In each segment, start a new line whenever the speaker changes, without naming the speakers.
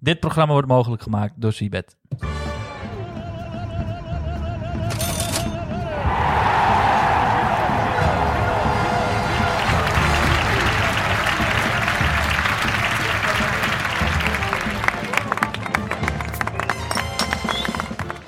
Dit programma wordt mogelijk gemaakt door Zibet.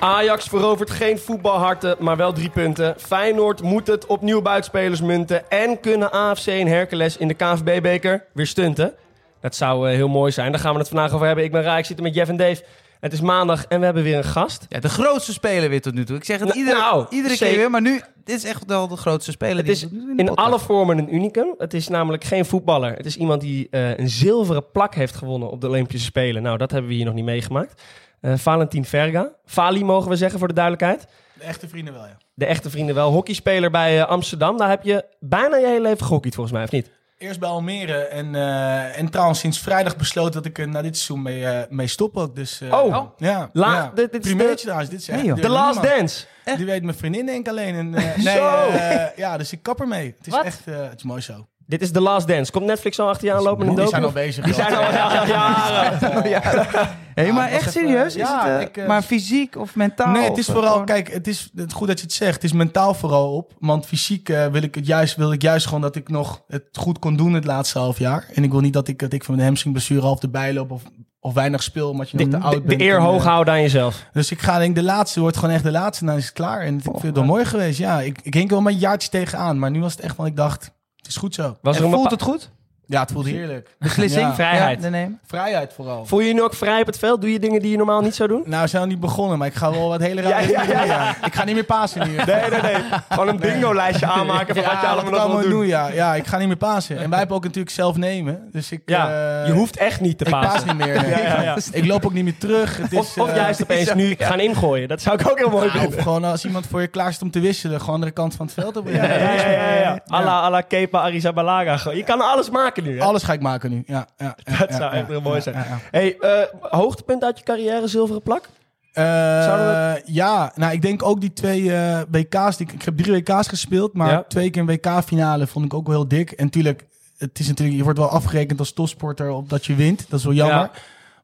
Ajax verovert geen voetbalharten, maar wel drie punten. Feyenoord moet het opnieuw buitenspelers munten. En kunnen AFC en Hercules in de KVB-beker weer stunten. Dat zou eh, heel mooi zijn. Daar gaan we het vandaag over hebben. Ik ben Rijk, ik zit er met Jeff en Dave. Het is maandag en we hebben weer een gast.
Ja, de grootste speler weer tot nu toe. Ik zeg het
Nou,
iedere,
nou,
iedere keer
zeker.
weer, maar nu dit is echt wel de grootste speler
Het
die
is
tot nu toe de
in
podcast
alle vormen een unicum. Het is namelijk geen voetballer. Het is iemand die eh, een zilveren plak heeft gewonnen op de Olympische Spelen. Nou, dat hebben we hier nog niet meegemaakt. Eh Valentin Verga. Fali mogen we zeggen voor de duidelijkheid.
De echte vrienden wel, ja.
De echte vrienden wel. Hockeyspeler bij eh, Amsterdam. Daar heb je bijna je hele leven gehockeyd volgens mij, of niet?
Eerst bij Almere en, eh, en trouwens sinds vrijdag besloten dat ik er na dit seizoen mee, eh, mee stop ook. Dus, eh,
Oh.
ja.
La-
ja.
dit- dit is
Primeurtje
de-
trouwens, dit is echt...
Nee, joh.
dit
The
weet
Last
niemand.
Dance.
Die weet mijn vriendin denk ik alleen. En, eh, nee,
Zo.
eh, ja, dus ik kap ermee. Het is
Wat?
echt, eh, het is mooi zo.
Dit is The Last Dance. Komt Netflix al achter je aanlopen met een
Die
docu?
zijn al bezig.
Die
joh.
zijn al al jaren.
Hé, maar
het was
echt
even-
serieus? Is
ja,
het, eh,
ik, eh,
maar fysiek of mentaal?
Nee, het
of,
is
eh,
vooral,
gewoon-
kijk, het is het, is goed dat je het zegt. Het is mentaal vooral op. Want fysiek eh, wil, ik het juist, wil ik juist gewoon dat ik nog het goed kon doen het laatste half jaar. En ik wil niet dat ik, dat ik van de hamstringblessure half erbij loop of, of weinig speel omdat je nog te
De,
oud
de,
bent.
de eer
En, eh,
hoog houden aan jezelf.
Dus ik ga denk de laatste wordt gewoon echt de laatste. En dan is het klaar. En ik vind het wel
Oh,
mooi geweest. Ja, ik, ik hink er wel mijn jaartje tegenaan. Maar nu was het echt van, ik dacht, het is goed zo.
Was er
En
een
voelt
bepaal-
het goed?
Ja, het voelt heerlijk.
Beslissing?
Ja.
Vrijheid.
Ja, te nemen.
Vrijheid vooral.
Voel je je nu ook vrij op het veld? Doe je dingen die je normaal niet zou doen?
Nou, we zijn nog niet begonnen, maar ik ga wel wat hele rare
Ja, ja,
dingen
ja,
doen, ja. Ik ga niet meer pasen nu.
Nee, nee, nee. Gewoon een bingo-lijstje aanmaken van wat je allemaal nog wil
allemaal
doen.
doen. Ja, ja, ik ga niet meer pasen. En wij hebben ook natuurlijk zelf nemen. Dus ik,
Ja,
eh,
je hoeft echt niet te
ik paas
pasen.
niet meer. nee.
Ja, ja, ja.
Ik loop ook niet meer terug. Het is,
Of, of
eh,
juist opeens nu gaan ingooien. Dat zou ik ook heel mooi
ja,
vinden.
of gewoon als iemand voor je klaar is om te wisselen, gewoon andere kant van het veld op.
Ja, ja, ja. ja,
Ja.
Alla, alla Kepa Arrizabalaga. Gewoon, Je kan alles maken nu, hè?
Alles ga ik maken nu. Ja, ja, ja,
Dat
ja,
zou
ja,
echt heel mooi
ja,
zijn.
ja, ja.
Hey, eh, hoogtepunt uit je carrière, zilveren plak?
Eh,
Zouden
Ja, nou, ik denk ook die twee eh, WK's. Die, ik- ik heb drie WK's gespeeld, maar
Ja.
twee keer een WK-finale vond ik ook wel heel dik. En tuurlijk, het is natuurlijk, je wordt wel afgerekend als topsporter op dat je wint. Dat is wel jammer.
Ja.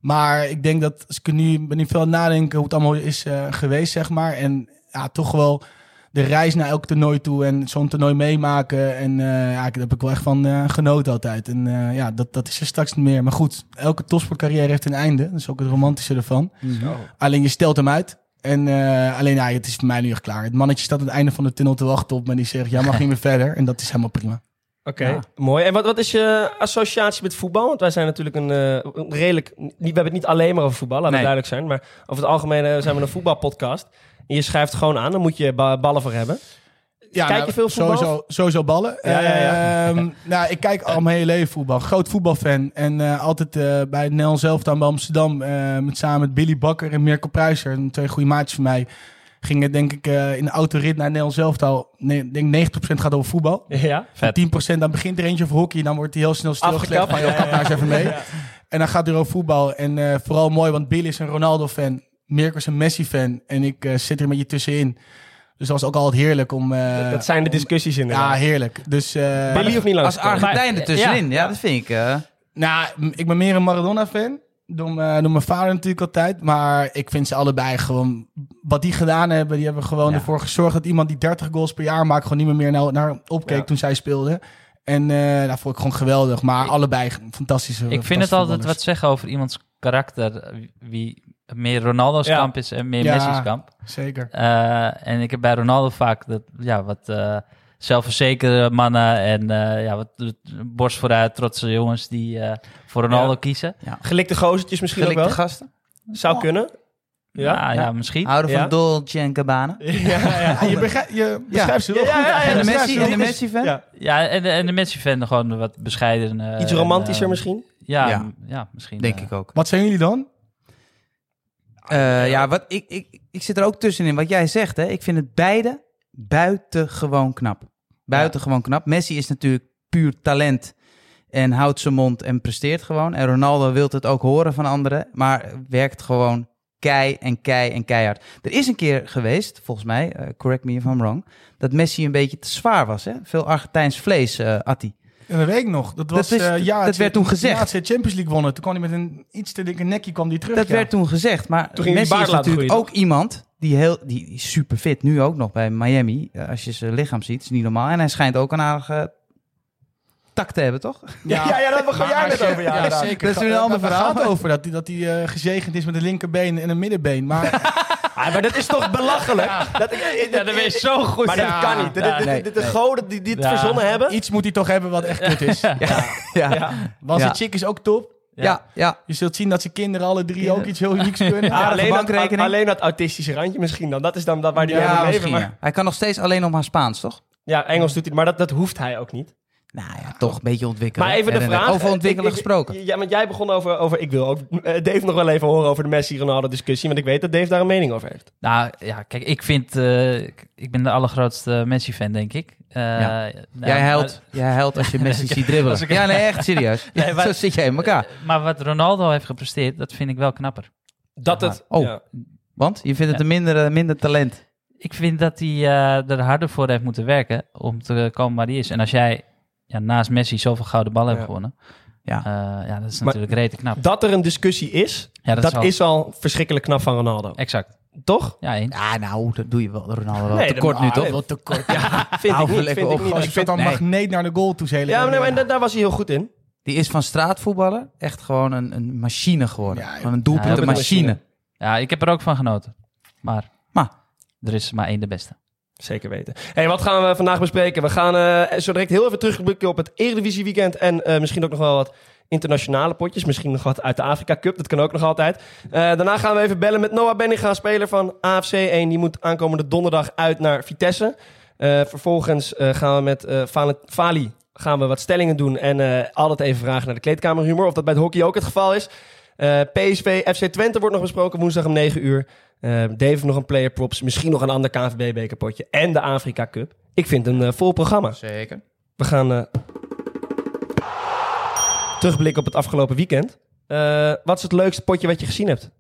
Maar ik denk dat als ik er nu ben ik veel nadenken hoe het allemaal is eh, geweest, zeg maar. En ja, toch wel de reis naar elk toernooi toe en zo'n toernooi meemaken. En eh, ja, daar heb ik wel echt van eh, genoten altijd. En eh, ja, dat, dat is er straks niet meer. Maar goed, elke topsportcarrière heeft een einde. Dat is ook het romantische ervan.
Oh,
Alleen je stelt hem uit. En eh, alleen, ja, het is voor mij nu echt klaar. Het mannetje staat aan het einde van de tunnel te wachten op me. En die zegt, jij mag niet meer verder. En dat is helemaal prima.
Oké, mooi. En wat, wat is je associatie met voetbal? Want wij zijn natuurlijk een, eh, een redelijk... niet- We hebben het niet alleen maar over voetbal, laten we
Nee.
duidelijk zijn. Maar over het algemeen eh, zijn we een voetbalpodcast. En je schrijft gewoon aan, dan moet je ba- ballen voor hebben.
Ja,
Kijk je
nou,
veel voetbal?
Sowieso, sowieso ballen.
Ja, ja, ja.
Ehm, nou, ik kijk al mijn hele leven voetbal. Groot voetbalfan. En eh, altijd eh, bij het Nel zelf dan bij Amsterdam. eh, met, samen met Billy Bakker en Mirko Pruiser. een Twee goede maatjes van mij. Gingen denk ik eh, in de autorit naar Nel zelf. Nee, ik denk 90% gaat over voetbal.
Ja?
Vet.
10% dan begint er eentje over hockey. Dan wordt hij heel snel stilgelegd.
Afgekapt.
Van, joh, kap nou eens even mee. En dan gaat hij over voetbal. En eh, vooral mooi, want Bill is een Ronaldo-fan. Mirko is een Messi-fan. En ik eh, zit er met je tussenin. Dus dat was ook altijd heerlijk om... eh,
dat zijn de discussies
ja,
inderdaad.
heerlijk. Dus, eh,
Billy of niet
Als
langskomen?
Argentijn
Maar-
ertussenin. Ja,
ja.
dat vind ik... eh,
nou, m- ik ben meer een Maradona-fan. Door, m- door mijn vader natuurlijk altijd. Maar ik vind ze allebei gewoon... Wat die gedaan hebben, die hebben gewoon
Ja.
ervoor gezorgd... dat iemand die 30 goals per jaar maakt... gewoon niet meer meer naar, naar opkeek
Ja.
toen zij speelden. En eh dat vond ik gewoon geweldig. Maar allebei fantastische
Ik vind het
fantastische
altijd wat
voetballers.
zeggen over iemands karakter. Wie meer Ronaldo's
Ja.
kamp is en meer
Ja.
Messi's kamp.
Zeker.
Eh, en ik heb bij Ronaldo vaak dat, ja, wat eh zelfverzekerde mannen en eh, ja, wat borst vooruit trotse jongens die eh, voor Ronaldo
Ja.
kiezen.
Gelikte gozetjes misschien
Gelikte
ook wel?
gasten.
Zou kunnen. Ja?
Nou, Ja, ja,
Ja.
misschien.
Houden van
Ja.
Dolce en Gabbana.
Ja, ja.
Ja, je, begrijpt, je beschrijft ze wel
Ja, ja,
goed.
ja, ja.
En de
dat is
Messi,
waar,
en de
dit is-
Messi-fan.
ja.
Ja, en de, en de Messi-fan gewoon wat bescheiden. eh,
Iets
en,
romantischer
eh,
misschien?
Ja,
Ja.
ja. misschien.
Denk
eh,
ik ook.
Wat zijn jullie dan?
Eh, ja, wat, ik, ik, ik zit er ook tussenin. Wat jij zegt, hè. Ik vind het beide buitengewoon knap. Buitengewoon knap. Messi is natuurlijk puur talent. En houdt zijn mond en presteert gewoon. En Ronaldo wil het ook horen van anderen. Maar werkt gewoon kei en kei en keihard. Er is een keer geweest, volgens mij, eh, correct me if I'm wrong... dat Messi een beetje te zwaar was. Hè? Veel Argentijns vlees eh at hij.
En dat weet ik nog. Dat, was,
is-
eh, ja,
dat
het-
werd toen gezegd.
Ja, het Champions League wonnen. Toen kwam hij met een iets te dikke nekje kwam die terug.
Dat
ja.
werd toen gezegd, maar
Toen ging hij die
Messi
baard
is
laten
natuurlijk
groeien,
ook iemand die heel die, die is super fit nu ook nog bij Miami. Eh, Als je zijn lichaam ziet, is niet normaal. En hij schijnt ook een aardige tak te hebben, toch?
Ja, ja, daar begon
Maar
jij
als
net
je-
over, ja, inderdaad.
zeker.
Dat is weer een
Ga-
ander
daar
verhaal.
gaat het over dat hij dat die, eh, gezegend is met een linkerbeen en een middenbeen. Maar
Ah, maar dat is toch belachelijk? Dat, ik- ik-
Ja, dat is zo goed.
Maar
Ja.
dat kan niet. Dit-
Ja,
dit-
nee,
dit- De
nee.
goden die dit
Ja.
verzonnen hebben.
iets moet hij toch hebben wat echt kut is.
Ja, ja,
Ja.
Want zijn
Ja.
chick is ook top.
ja.
Je zult zien dat zijn kinderen alle drie
Kinderen.
ook iets heel unieks kunnen.
Ja, alleen, dat,
bankrekening.
alleen dat autistische randje misschien dan. Dat is dan dat waar die
Ja,
mee leven.
misschien.
Maar,
ja. Hij kan nog steeds alleen om haar Spaans, toch?
ja, Engels doet hij, maar dat, dat hoeft hij ook niet.
Nou ja, toch een beetje ontwikkelen.
Maar even de
En, eh,
vraag.
Over ontwikkelen
eh, ik- ik-
gesproken.
Ja, want jij begon over, over ik wil ook eh, Dave nog wel even horen over de Messi-Ronaldo discussie. Want ik weet dat Dave daar een mening over heeft.
Nou ja, kijk, ik vind, eh, ik- ik ben de allergrootste Messi-fan, denk ik. Eh,
Ja.
nou,
Jij huilt, jij huilt als je Messi ziet dribbelen. Ja, nee, echt serieus.
Nee, maar-
Zo zit jij in elkaar.
Eh, maar- Maar wat Ronaldo heeft gepresteerd, dat vind ik wel knapper.
Dat
Ja,
het.
maar- oh.
ja.
Want je vindt het een minder, eh, minder talent.
Ik vind dat hij eh, er harder voor heeft moeten werken om te komen waar hij is. En als jij ja, naast Messi zoveel gouden ballen
Ja.
hebt gewonnen,
Ja.
eh, ja, dat is
Maar-
natuurlijk rete knap.
Dat er een discussie is,
Ja,
dat,
al-
is al verschrikkelijk knap van Ronaldo.
Exact.
Toch?
Ja, eens.
Ja, nou, dat doe je wel. Ronaldo wel
Nee,
te
dat-
kort nu,
ah,
toch?
nee,
Wat tekort.
Vind
Hou
ik
even
niet.
lekker
Vind ik
op,
niet.
gast.
Ik
Als je
vind-
dan
nee.
magneet naar de goal toe zelen.
Ja, maar nee, maar daar, daar was hij heel goed in.
Die is van straatvoetballer echt gewoon een, een machine geworden.
Ja, joh.
Gewoon een doelpuntenmachine.
Doelpuntenmachine.
machine.
Ja, ik heb er ook van genoten. Maar,
Maar.
er is maar één de beste.
Zeker weten. hey, wat gaan we vandaag bespreken? We gaan eh, zo direct heel even terugblikken op het Eredivisie weekend. En eh, misschien ook nog wel wat internationale potjes. Misschien nog wat uit de Afrika Cup. Dat kan ook nog altijd. Eh, daarna gaan we even bellen met Noah Benninga, speler van AFC 1. Die moet aankomende donderdag uit naar Vitesse. Eh, vervolgens eh, gaan we met eh Valen- Fali gaan we wat stellingen doen. En eh, altijd even vragen naar de kleedkamerhumor. Of dat bij het hockey ook het geval is. Eh, PSV, FC Twente wordt nog besproken woensdag om 9 uur. Eh, Dave heeft nog een player props. Misschien nog een ander KNVB-bekerpotje. En de Afrika Cup. Ik vind een eh, vol programma.
Zeker.
We gaan eh, terugblikken op het afgelopen weekend. Eh, wat is het leukste potje wat je gezien hebt?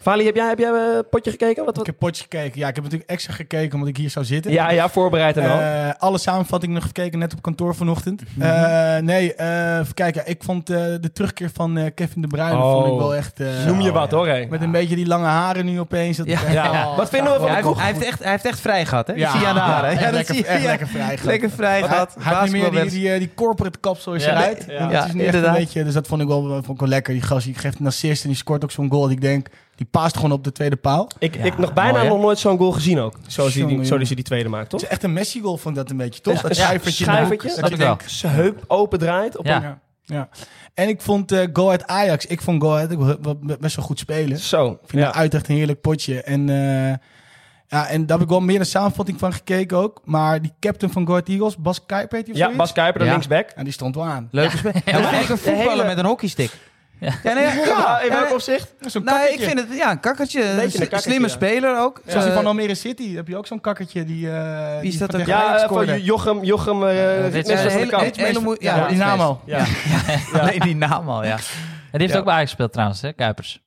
Vali, heb jij, heb jij eh, een potje gekeken? Wat,
Ik
wat?
heb potjes gekeken. Ja, ik heb natuurlijk extra gekeken omdat ik hier zou zitten.
Ja, ja, voorbereid en al.
Eh, alle samenvattingen nog gekeken, net op kantoor vanochtend.
Mhm.
Eh, nee, eh even kijken. Ik vond eh, de terugkeer van eh, Kevin De Bruyne
Oh.
vond ik wel echt... eh,
Noem je wat hoor, hé.
Met een beetje die lange haren nu opeens. Dat oh.
Ja.
echt-
Ja. Wat vinden we van
hij,
de
heeft,
koek?
hij, heeft echt, hij heeft echt vrij gehad, hè?
Ja.
Ik zie je aan de haren.
Echt
Ja, dat
lekker,
zie je.
echt
ja.
lekker vrij gehad.
Lekker vrij
Hij,
gehad.
hij heeft niet meer die,
Basketbalwedstrijd.
die, eh, die corporate kapsel is
Ja.
eruit.
Nee,
Want
ja,
het is nu echt een
inderdaad.
beetje, dus dat vond ik wel, vond ik wel lekker. Die gast die geeft een assist en die scoort ook zo'n goal. dat Ik denk, die paast gewoon op de tweede paal.
Ik,
Ja,
ik nog bijna
mooi, hè?
nog nooit zo'n goal gezien ook. Zoals hij die,
Jongen,
zo die, die tweede maakt, toch?
Het is echt een Messi-goal vond ik dat een beetje, toch?
Ja,
dat
ja,
schuivertje.
schuivertje.
Dat
Dat
je
wel.
denkt,
Zijn heup open draait. Op
Ja.
Ja. ja. En ik vond eh Go Ahead Ajax, ik vond Go Ahead ook wel- wel- best wel goed spelen.
een... Zo.
Ik vind
Ja.
het uit echt een heerlijk potje. En, eh, ja, en daar heb ik wel meer een samenvatting van gekeken ook. Maar die captain van Go Ahead Eagles, Bas Kuiper heet hij of
Ja,
zoiets?
Bas Kuiper, de
Ja.
linksback.
Ja, die stond wel aan.
Leuke spel. Ja, maar lekker voetballen met een hockeystick. Ja, nee, ja.
Ja, in
Ja,
welk
nee.
opzicht?
Zo'n
Nou, ik
kakkertje.
vind het ja, een kakkertje. Een
Beetje een kakkertje,
slimme
ja.
speler ook.
Zoals die
Eh,
van Almere City, heb je ook zo'n kakkertje die... eh
Wie is dat
van
ook?
tegen Ajax
Ja, eh, van
scoorde.
Jo- Jochem, Jochem eh
dit
Ritmeester
ja,
van
een
de
hele,
Kamp.
hele, hele moe- ja,
Ja,
Dynamo.
Ja. Ja.
Nee, Dynamo, ja.
En die heeft
Ja.
ook bij Ajax gespeeld trouwens, hè, Kuipers.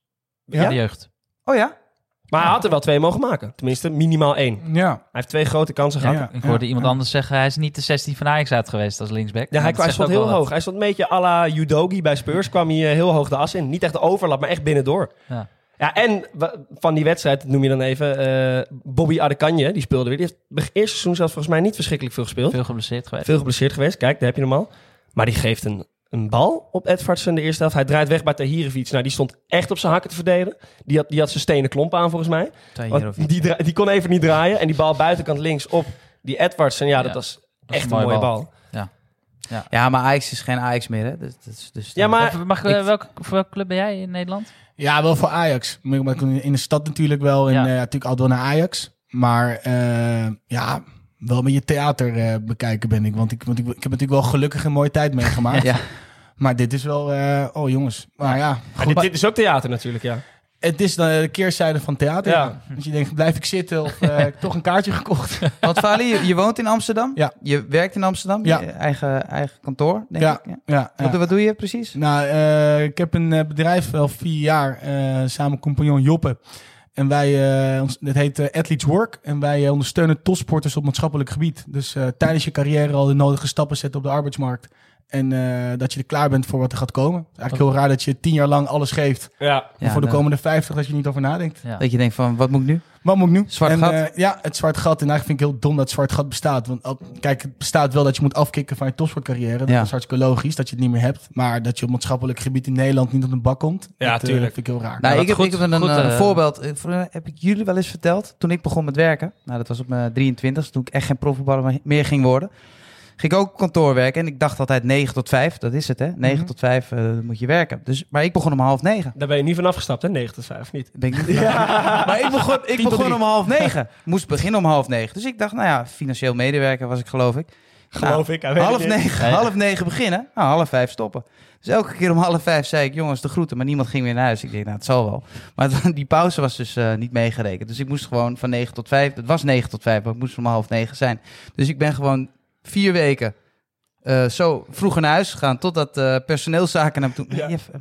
Ja?
Ja? De jeugd.
Oh ja?
Maar hij had er wel twee mogen maken. Tenminste, minimaal één. Hij
Ja.
heeft twee grote kansen gehad. Ja,
Ja,
Ik hoorde
ja,
iemand
ja.
anders zeggen, hij is niet de 16 van Ajax uit geweest als linksback. Maar
hij,
dat
kwam, hij
zegt
stond
ook wel
heel
wat.
hoog. Hij stond een beetje à la Udogi bij Spurs. Kwam hij eh, heel hoog de as in. Niet echt de overlap, maar echt binnendoor.
Ja.
Ja, en wa- van die wedstrijd dat noem je dan even eh, Bobby Adekanje. Die speelde weer. Die heeft be- eerste seizoen zelfs volgens mij niet verschrikkelijk veel gespeeld.
Veel geblesseerd geweest.
Veel geblesseerd geweest. Kijk, daar heb je hem al. Maar die geeft een, een bal op Edvards in de eerste helft. Hij draait weg bij Tahirovic. Nou, die stond echt op zijn hakken te verdedigen. Die had, die had zijn stenen klomp aan volgens mij. Want
Tahirovic.
die, dra- die kon even niet draaien. En die bal buitenkant links op die Edwards. En ja, dat
Ja,
was
is
echt een mooie, bal.
Ja, maar Ajax is geen Ajax meer, hè? Dus, dus, dus,
Ja, maar
Even, mag, ik- eh, welke, voor welke club ben jij in Nederland?
Ja, wel voor Ajax. Maar ik- In de stad natuurlijk wel. En
Ja.
eh, natuurlijk altijd wel naar Ajax. Maar eh, ja, wel met je theater eh, bekijken ben ik. Want, ik, want ik, ik heb natuurlijk wel gelukkig een mooie tijd meegemaakt.
Ja.
Maar dit is wel... eh, oh jongens. Maar ja,
Maar
goed.
dit, dit is ook theater natuurlijk, ja.
het is dan eh, de keerzijde van theater.
Ja.
Dus je denkt, blijf ik zitten of eh, heb ik toch een kaartje gekocht?
Want Fali, je, je woont in Amsterdam.
Ja.
Je werkt in Amsterdam.
Ja.
Je eigen, eigen kantoor, denk
Ja,
ik. Ja.
ja, ja.
Wat, wat doe je precies?
Nou, eh, ik heb een eh, bedrijf al vier jaar eh, samen met compagnon Joppe. En wij, eh, ons, dit heet eh, Athletes Work. En wij eh, ondersteunen topsporters op maatschappelijk gebied. Dus eh, tijdens je carrière al de nodige stappen zetten op de arbeidsmarkt. En eh, dat je er klaar bent voor wat er gaat komen. Het is eigenlijk heel raar dat je tien jaar lang alles geeft.
Ja.
en voor de
nou,
komende vijftig dat je niet over nadenkt.
Ja. Nou,
Dat je denkt van, wat moet ik nu?
Wat moet ik nu?
Zwart
en,
gat?
eh, ja, het zwart gat. En eigenlijk vind ik heel dom dat het zwart gat bestaat. Want al- kijk, het bestaat wel dat je moet afkicken van je topsportcarrière. Dat
Ja.
is hartstikke logisch dat je het niet meer hebt. Maar dat je op maatschappelijk gebied in Nederland niet op de bak komt.
Ja,
dat, eh,
tuurlijk.
vind ik heel raar.
Nou,
dat
ik, heb,
goed-
ik heb een,
goed,
eh,
eh,
voorbeeld. Eh, voor- Heb ik jullie wel eens verteld? Toen ik begon met werken. Nou, dat was op mijn 23 toen ik echt geen profvoetballer meer ging worden. Ging ik ook op kantoor werken. En ik dacht altijd 9 tot 5. Dat is het, hè? 9
Mhm.
tot 5 eh, moet je werken. Dus, maar ik begon om half 9.
Daar ben je niet van afgestapt, hè? 95, niet?
Ben ik niet Maar ik begon, ik
tot
begon
drie.
om half 9. Moest beginnen om half 9. Dus ik dacht, nou ja, financieel medewerker was ik, geloof ik.
Nou,
Geloof ik. hij weet het
Half
niet.
negen,
Nee.
half negen beginnen, nou, half vijf stoppen. Dus elke keer om half vijf zei ik, jongens, de groeten. Maar niemand ging weer naar huis. Ik dacht, nou, het zal wel. Maar het- die pauze was dus eh, niet meegerekend. Dus ik moest gewoon van negen tot vijf. Het was negen tot vijf, maar ik moest om half negen zijn. Dus ik ben gewoon vier weken eh, zo vroeger naar huis gegaan. Totdat eh personeelszaken hem toen...
Ja.
"Jef, eh,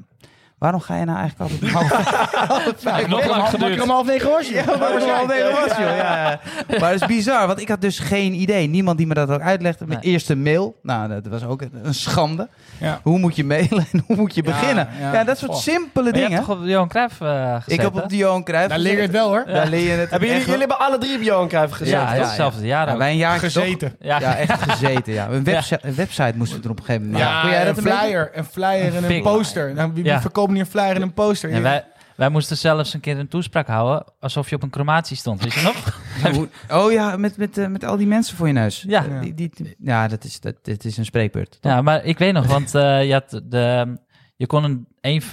waarom ga je nou eigenlijk altijd om half, half vijf?
nog lang geduurd.
om half negen was je.
Ja, maar dat is wel een hele was,
Ja,
joh. Ja, ja. Maar dat is bizar, want ik had dus geen idee. Niemand die me dat ook uitlegde. Mijn
Nee.
eerste mail, nou, dat was ook een schande.
Ja.
Hoe moet je mailen en hoe moet je
Ja,
beginnen? Ja,
ja.
dat soort
Goh.
simpele
Maar Oh, je hebt
dingen.
toch op Johan Cruijff eh, gezeten?
Ik heb op de Johan Cruijff
Daar leer je het wel hoor.
gezeten. Daar leer je het
Hebben jullie,
echt wel.
jullie hebben alle drie op Johan Cruijff gezet.
Ja,
Ja, ja,
hetzelfde jaar
Ja,
ook.
wij een jaar
Gezeten.
Ja,
Ja, echt gezeten, ja. Een, websi- een website moesten we er op een gegeven moment maken. Kun jij
een
dat een beetje-
flyer. Een flyer en
Big
een poster. Nou, wie, wie
Ja.
verkoopt niet een flyer en een poster?
En wij, wij moesten zelfs een keer een toespraak houden alsof je op een crematie stond. Weet je nog?
Hoe- Oh ja, met, met, eh, met al die mensen voor je neus.
Ja.
Eh, die, die, die- ja dat, is, dat, dit is een spreekbeurt.
Ja, maar ik weet nog, want eh, je, had de, je kon een één v-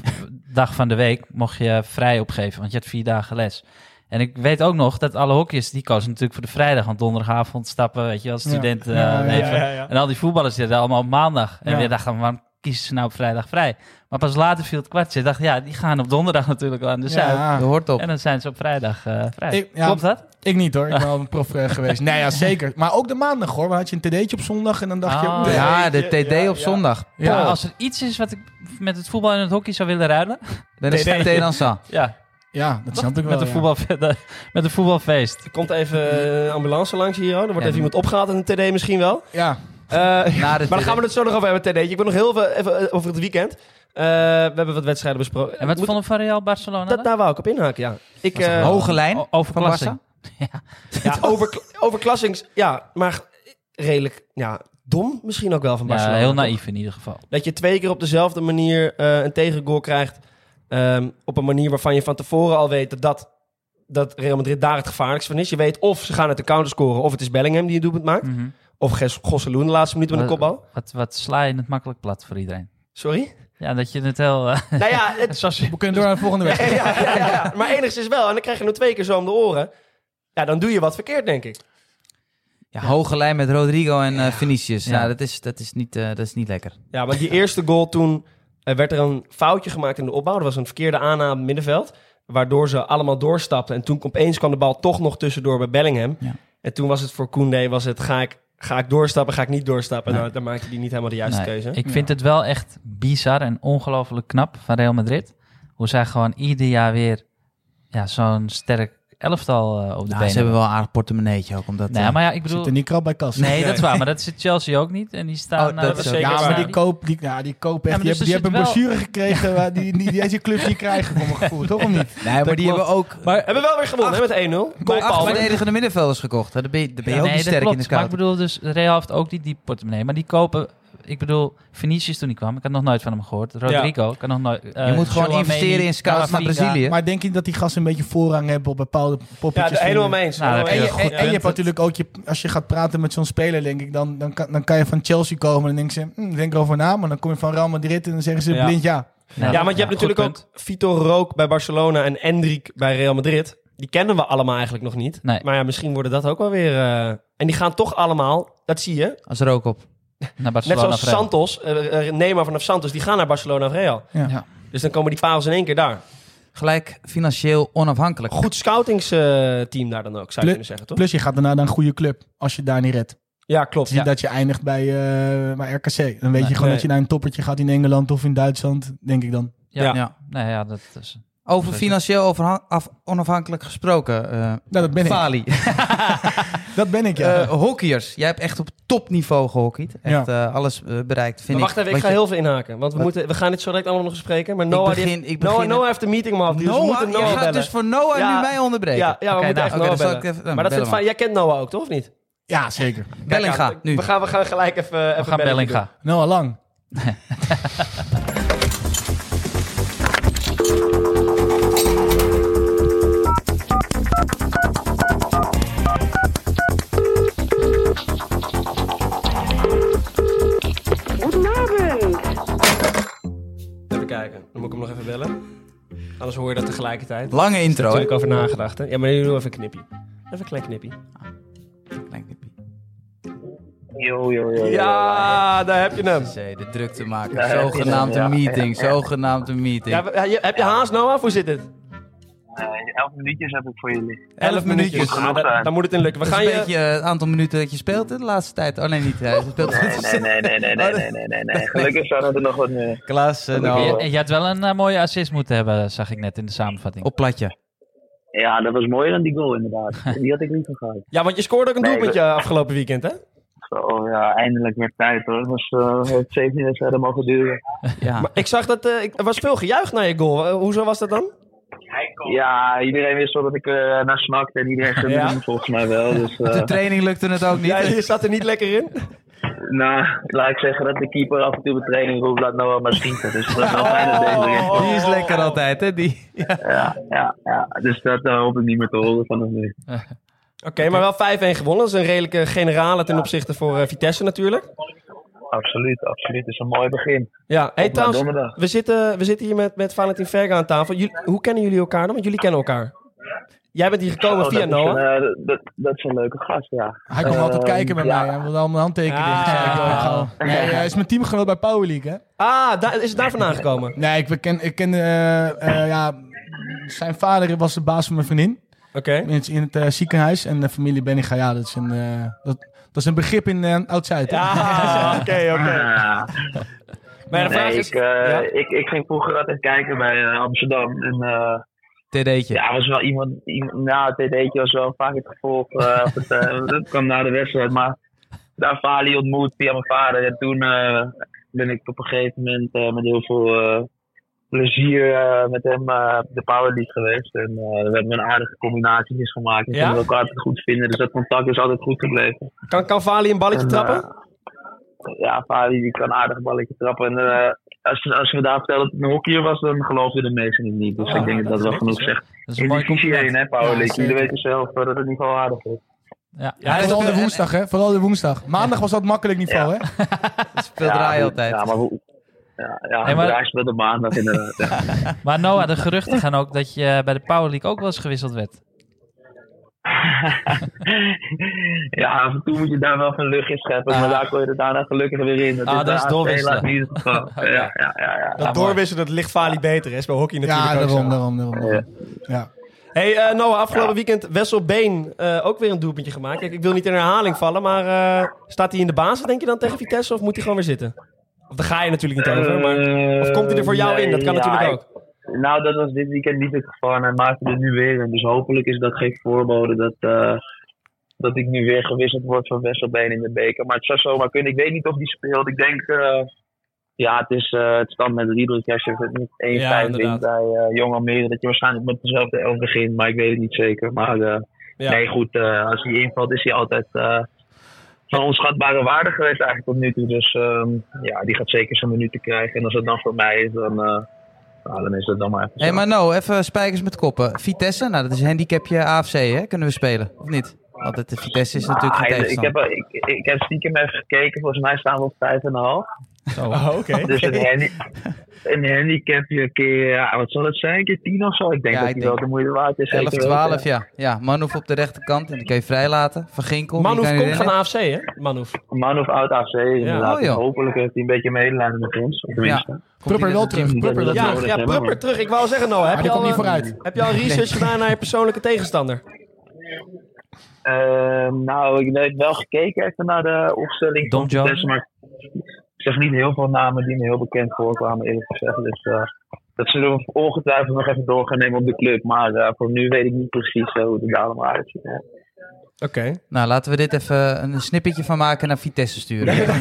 dag van de week mocht je vrij opgeven, want je had vier dagen les. En ik weet ook nog dat alle hokjes, die kozen natuurlijk voor de vrijdag, want donderdagavond stappen, weet je, als
Ja.
student eh,
Ja, ja, ja,
leven.
ja, ja.
En al die voetballers die hadden allemaal op maandag. En
Ja.
we dachten, waarom kiezen ze nou op vrijdag vrij? Maar pas later viel het kwartje. Ik dacht, ja, die gaan op donderdag natuurlijk aan de zuid.
Ah.
Je hoort op.
En dan zijn ze op vrijdag eh, vrij.
Ik- ja.
Klopt dat?
Ik niet hoor, ik ben al een prof eh, geweest. Nee, ja, zeker. Maar ook de maandag hoor. Dan had je een td'tje op zondag en dan dacht je...
Ah.
oeh,
Ja, de
Ja, ja,
TD op
ja.
zondag.
Ja,
Ja.
als er iets is wat ik met het voetbal en het hockey zou willen ruilen.
Dan is
TD.
het meteen dan zo.
Ja,
Ja, dat snap ik wel.
met, een
ja.
voetbal, met een voetbalfeest.
Er komt even een ambulance langs hier. hoor. Er wordt
Ja,
even iemand opgehaald in een TD misschien wel.
Ja.
Eh,
Na de
maar dan
TD.
gaan we het zo nog over hebben, TD. Ik wil nog heel veel even eh, over het weekend. Eh, we hebben wat wedstrijden besproken.
En wat
Moet-
vonden we van Real Barcelona?
dat,
dan?
daar wou ik op inhaken, ja. Ik,
Was het
eh,
hoog? Hoge lijn
O- Overklassing.
van
ja, over, overklassings, ja, maar redelijk ja, dom misschien ook wel van
Ja,
Barcelona.
heel
toch?
naïef in ieder geval.
Dat je twee keer op dezelfde manier eh, een tegengoal krijgt. ehm, op een manier waarvan je van tevoren al weet dat, dat, dat Real Madrid daar het gevaarlijkst van is. Je weet of ze gaan uit de counter scoren, of het is Bellingham die het doelpunt maakt.
Mhm.
Of Ges- Gosseloen de laatste minuut met een
Wat-
kopbal.
Wat, wat sla je het makkelijk plat voor iedereen?
Sorry?
Ja, dat je het heel... eh,
nou ja, het,
zoals je-
We kunnen door naar de volgende
ja,
wedstrijd.
ja, ja, ja. maar enigszins wel. En dan krijg je hem twee keer zo om de oren. Ja, dan doe je wat verkeerd, denk ik.
Ja, hoge lijn met Rodrigo en eh, Vinicius.
Ja.
Nou, dat is, dat, is niet, eh, dat is niet lekker.
Ja, maar die eerste goal toen eh, werd er een foutje gemaakt in de opbouw. Er was een verkeerde aanname in het middenveld. Waardoor ze allemaal doorstapten. En toen opeens kwam de bal toch nog tussendoor bij Bellingham.
Ja.
En toen was het voor Koende, was het ga ik, ga ik doorstappen, ga ik niet doorstappen.
Nee.
Nou, dan maakte hij niet helemaal de juiste
Nee,
keuze.
ik vind het wel echt bizar en ongelooflijk knap van Real Madrid. Hoe zij gewoon ieder jaar weer ja, zo'n sterk elftal eh, op de
Nou,
benen
ze hebben wel een aardig portemonneetje ook. Omdat,
Nee,
eh,
maar ja, ik
Zit
bedoel...
er niet krap bij kast.
Nee, dat is waar. Maar dat zit Chelsea ook niet. En die staan...
Oh,
eh, bij
dat is ook-
Zeker
Ja, maar die
staan.
koop, die, ja, die koop echt.
Ja, maar
die
dus
hebben, die
er
hebben een
zit wel-
blessure gekregen waar die, die, die deze clubs niet krijgen, voor mijn gevoel. Toch of niet?
nee, maar
dat
die
klopt.
hebben ook
We hebben wel weer gewonnen hè, met 1-0.
maar acht
Goalpalmer.
verdedigende middenvelders gekocht. hè. Dan ben je, dan ben je ook
nee,
niet
dat
sterk in
klopt.
de
Maar ik
koud.
bedoel, dus Real heeft ook niet die portemonnee. Maar die kopen... Ik bedoel, Vinicius toen hij kwam. Ik had nog nooit van hem gehoord. Rodrigo, ik had nog nooit... eh,
Je moet gewoon
Tchouameni,
investeren in scouts naar
Camavinga.
Brazilië.
Maar denk je dat die gasten een beetje voorrang hebben op bepaalde
Ja,
poppetjes?
de-
van-
helemaal mee eens.
Nou,
helemaal
dat
En
heb
mee
je,
Ja,
eens.
goed
en- en je
punt.
hebt natuurlijk ook, je, als je gaat praten met zo'n speler, denk ik, dan, dan, kan, dan kan je van Chelsea komen en denk ze, hm, denk erover na, maar dan kom je van Real Madrid en dan zeggen ze
Ja.
blind ja.
Ja,
Ja, want je hebt
goed
natuurlijk ook
punt.
Vitor Rook bij Barcelona en Endrick bij Real Madrid. Die kennen we allemaal eigenlijk nog niet.
Nee.
Maar ja, misschien worden dat ook wel weer... eh, En die gaan toch allemaal, dat zie je,
Als rook op.
Naar
Net
Barcelona
zoals
vreemd.
Santos, eh, eh, Neymar vanaf Santos, die gaan naar Barcelona of Real.
Ja.
Ja.
Dus dan komen die parels in één keer daar.
Gelijk financieel onafhankelijk.
Goed scoutingsteam daar dan ook, zou je
Plus-
kunnen zeggen, toch?
Plus je gaat daarna naar een goede club, als je daar niet redt.
Ja, klopt.
Het is
Ja.
niet dat je eindigt bij, eh, bij RKC. Dan weet je gewoon
Nee.
dat je naar een toppertje gaat in Engeland of in Duitsland, denk ik dan.
Ja.
Ja.
Ja.
Nee, ja, dat is...
Over financieel overhan- af- onafhankelijk gesproken, eh
Nou, dat ben ik.
Fali.
Dat ben ik, ja.
Eh, hockeyers. Jij hebt echt op topniveau gehockeyd. Echt eh, alles eh, bereikt, vind
Maar wacht
ik.
even, ik
Wat
ga
je-
heel veel inhaken. Want we,
Wat?
moeten, we gaan dit zo direct allemaal nog bespreken. Maar Noah, die
begin-
heeft,
ik
Noah,
begin-
Noah heeft de meeting om half drie, dus we
Noah,
moeten
je
Noah
gaat
bellen.
dus voor Noah
Ja.
nu mij onderbreken.
ja, ja, we
Oké,
moeten
nou,
echt
oké,
Noah
dan zal
bellen.
ik even- nou,
maar dat
bel
vind ik fijn.
hem
Jij kent Noah ook, toch? Of niet?
Ja, zeker.
Kijk,
Bellinga,
aan,
nu.
We gaan, we gaan gelijk even, even
We gaan
bellen.
Bellinga.
Noah Lang.
Guten Abend.
Even kijken. Dan moet ik hem nog even bellen. Anders hoor je dat tegelijkertijd. Daar
Lange intro.
heb
hè?
ik over nagedacht. Hè? Ja, maar nu doen we even een knippie. Even een klein knippie.
Yo, yo, yo.
Ja, daar heb je hem.
Zee, De druk te maken.
Ja,
zogenaamd een
ja, ja,
meeting.
ja, ja.
Zogenaamd een meeting.
Ja, we- heb je- heb je haast, Noah? Hoe zit het?
elf minuutjes heb ik voor jullie.
Elf minuutjes.
Ah, da- dan, moet het in lukken. We
Dat is
gaan
een
je...
beetje het aantal minuten dat je speelt hè, de laatste tijd. Oh nee, niet. Hij speelt
Nee, nee, nee, nee, nee, nee, nee, nee, nee, nee. Gelukkig zijn er nog wat meer.
Klaas, eh,
Oh.
nou.
Je, je had wel een eh, mooie assist moeten hebben, zag ik net in de samenvatting.
eh, Op platje.
Ja, dat was mooier dan die goal inderdaad. Die had ik liever gehad.
Ja, want je scoorde ook een
Nee,
doelpuntje afgelopen weekend, hè?
Zo, ja, eindelijk werd tijd hoor. Het was eh, het 17 wedstrijden mogen duren.
Ja.
Maar ik zag dat... eh, ik, er was veel gejuich naar je goal. Eh, hoezo was dat dan?
Ja, iedereen wist wel dat ik eh, naar snakte en iedereen gunde
Ja.
hem volgens mij wel. Dus eh,
De training lukte het ook niet.
Ja, je zat er niet lekker in.
nou, laat ik zeggen dat de keeper af en toe bij training roept, laat nou wel maar schieten. Dus dat is wel fijn dat deze erin
Oh.
komt.
Die is lekker altijd, hè? Die.
Ja, ja, ja. Dus dat eh, hoop ik niet meer te horen vanaf nu.
Oké, maar wel 5-1 gewonnen. Dat is een redelijke generale ten opzichte voor eh, Vitesse natuurlijk.
Absoluut, absoluut. Het is een mooi begin.
Ja, hey,
naar
trouwens,
donderdag.
we zitten, we zitten hier met, met Valentin Verga aan tafel. Jullie- hoe kennen jullie elkaar dan? Want jullie kennen elkaar. Jij bent hier gekomen
Oh,
via
dat, is een,
Noah.
eh, dat, dat is een leuke gast, ja.
Hij komt altijd
Ehm,
kijken bij
ja.
mij. Hij wil allemaal handtekeningen.
Ah.
Ik zei, dus ik wil het gewoon. Nee, hij is mijn teamgenoot bij Power League, hè?
Ah, daar, is het daar vandaan gekomen?
Nee, ik ken, ik ken eh, eh, ja, zijn vader was de baas van mijn vriendin
Oké.
in het, in het eh, ziekenhuis. En de familie Benninga, ja, dat is een, eh, dat, dat is een begrip in eh, Oud-Zuid. hè?
Ja, oké, oké.
Ah.
Maar de vraag
Nee,
is...
ik, eh,
Ja?
ik, ik ging vroeger altijd kijken bij eh, Amsterdam. En eh,
TD'tje.
ja, was wel iemand, iemand. Nou, het TD'tje was wel vaak het gevolg. eh, of het, eh, dat kwam na de wedstrijd. Maar daar Fali ontmoet via mijn vader. En toen eh, ben ik op een gegeven moment eh, met heel veel eh, plezier eh, met hem eh, op de Power League geweest. En eh, we hebben een aardige combinatie gemaakt. En
Ja?
konden we elkaar altijd goed vinden. Dus dat contact is altijd goed gebleven.
Kan, kan Vali een balletje
En,
trappen?
eh, ja, Fali die kan aardig balletje trappen. En eh, als, als we daar vertellen dat het een hockeyer was, dan geloofden de mensen het niet. Dus
Ah,
ik denk
dat
dat dat
is
wel
netjes,
genoeg zegt.
Dat is een
In die
mooi
visie heen,
compliment.
hè, Paul?
Ja,
Jullie
zeker.
weten zelf eh, dat het niet wel aardig is.
Ja.
Ja,
Vooral de woensdag, hè? Vooral de woensdag. Maandag was dat makkelijk niveau, hè?
Speelt draai
goed.
altijd.
Ja, maar hoe? Ja, ja
Hey, maar-
hij speelt op maandag inderdaad. ja.
Maar Noah, de geruchten gaan ook dat je eh, bij de Power League ook wel eens gewisseld werd.
ja, af en toe moet je daar wel van lucht in scheppen, maar daar kon je er daarna gelukkig weer in. Dat
Ah, dat
bij
is
AFC
doorwisselen.
helaas niet het geval. ja, ja, ja, ja.
Ja,
Dat
mooi.
doorwissen, dat ligt Vali beter is. Bij hockey natuurlijk
Ja,
ook zo.
daarom, daarom, daarom.
Ja.
Ja.
Hey eh, Noah, afgelopen weekend Wessel Been eh, ook weer een doelpuntje gemaakt. Kijk, ik wil niet in herhaling vallen, maar eh, staat hij in de basis denk je dan tegen Vitesse of moet hij gewoon weer zitten? Of daar ga je natuurlijk niet over, maar of komt hij er voor jou
Eh,
in? Dat kan
nee,
natuurlijk
ja,
ook.
Nou, dat was dit weekend niet het geval en hij maakte er nu weer in. Dus hopelijk is dat geen voorbode dat, eh, dat ik nu weer gewisseld word van Wesselbeen in de beker. Maar het zou zomaar kunnen. Ik weet niet of die speelt. Ik denk, eh, ja, het is eh, het stand met Riedrich. Als je het niet 1-5
Ja, inderdaad.
wint bij eh Jong Almere, dat je waarschijnlijk met dezelfde elf begint. Maar ik weet het niet zeker. Maar eh,
Ja.
nee, goed, eh, als hij invalt is hij altijd... eh, van onschatbare waarde geweest eigenlijk tot nu toe. Dus ehm, ja, die gaat zeker zijn minuten krijgen. En als dat dan voor mij is, dan, eh, nou, dan is dat dan maar even
Hé,
zo.
maar nou, even spijkers met koppen. Vitesse, nou, dat is handicapje AFC, hè? Kunnen we spelen, of niet? Want het, eh, Vitesse is natuurlijk geen
Ah, ik, ik,
tegenstander.
heb, wel- ik, ik ik heb stiekem even gekeken. Volgens mij staan we op 5,5.
Oh, oké.
Dus een, handi een handicapje keer, ja, wat zal het zijn? Keer 10 of zo? Ik denk
Ja,
dat
ik
die
denk-
wel de moeite waard is.
11,
zeker weten.
12, ja. Ja, Manhoef op de rechterkant. En die kan je vrijlaten. Van Ginkel. die
Manhoef
kan je
komt van
erin.
AFC, hè? Manhoef.
Man of oud AC inderdaad.
Oh, joh.
Hopelijk heeft hij een beetje medelijden met ons. Of tenminste.
Komt die dus
Prupper wel
met een
terug.
team.
Prupper wel
Dat
Ja,
terug.
nodig
ja
hebben,
Prupper
maar-
terug. Ik wou zeggen, Noah, heb,
Maar
je
die
al,
komt niet
eh,
vooruit.
heb je al research gedaan naar je persoonlijke tegenstander?
Ehm, nou, ik heb wel gekeken even naar de opstelling
Don
van
John.
Vitesse, maar ik zeg niet heel veel namen die me heel bekend voorkwamen, eerlijk gezegd. Dus eh, Dat zullen we ongetwijfeld nog even door gaan nemen op de club. Maar eh, voor nu weet ik niet precies eh, hoe het er allemaal uitziet. hè.
Nou, laten we dit even een snippetje van maken naar Vitesse sturen.
Ja,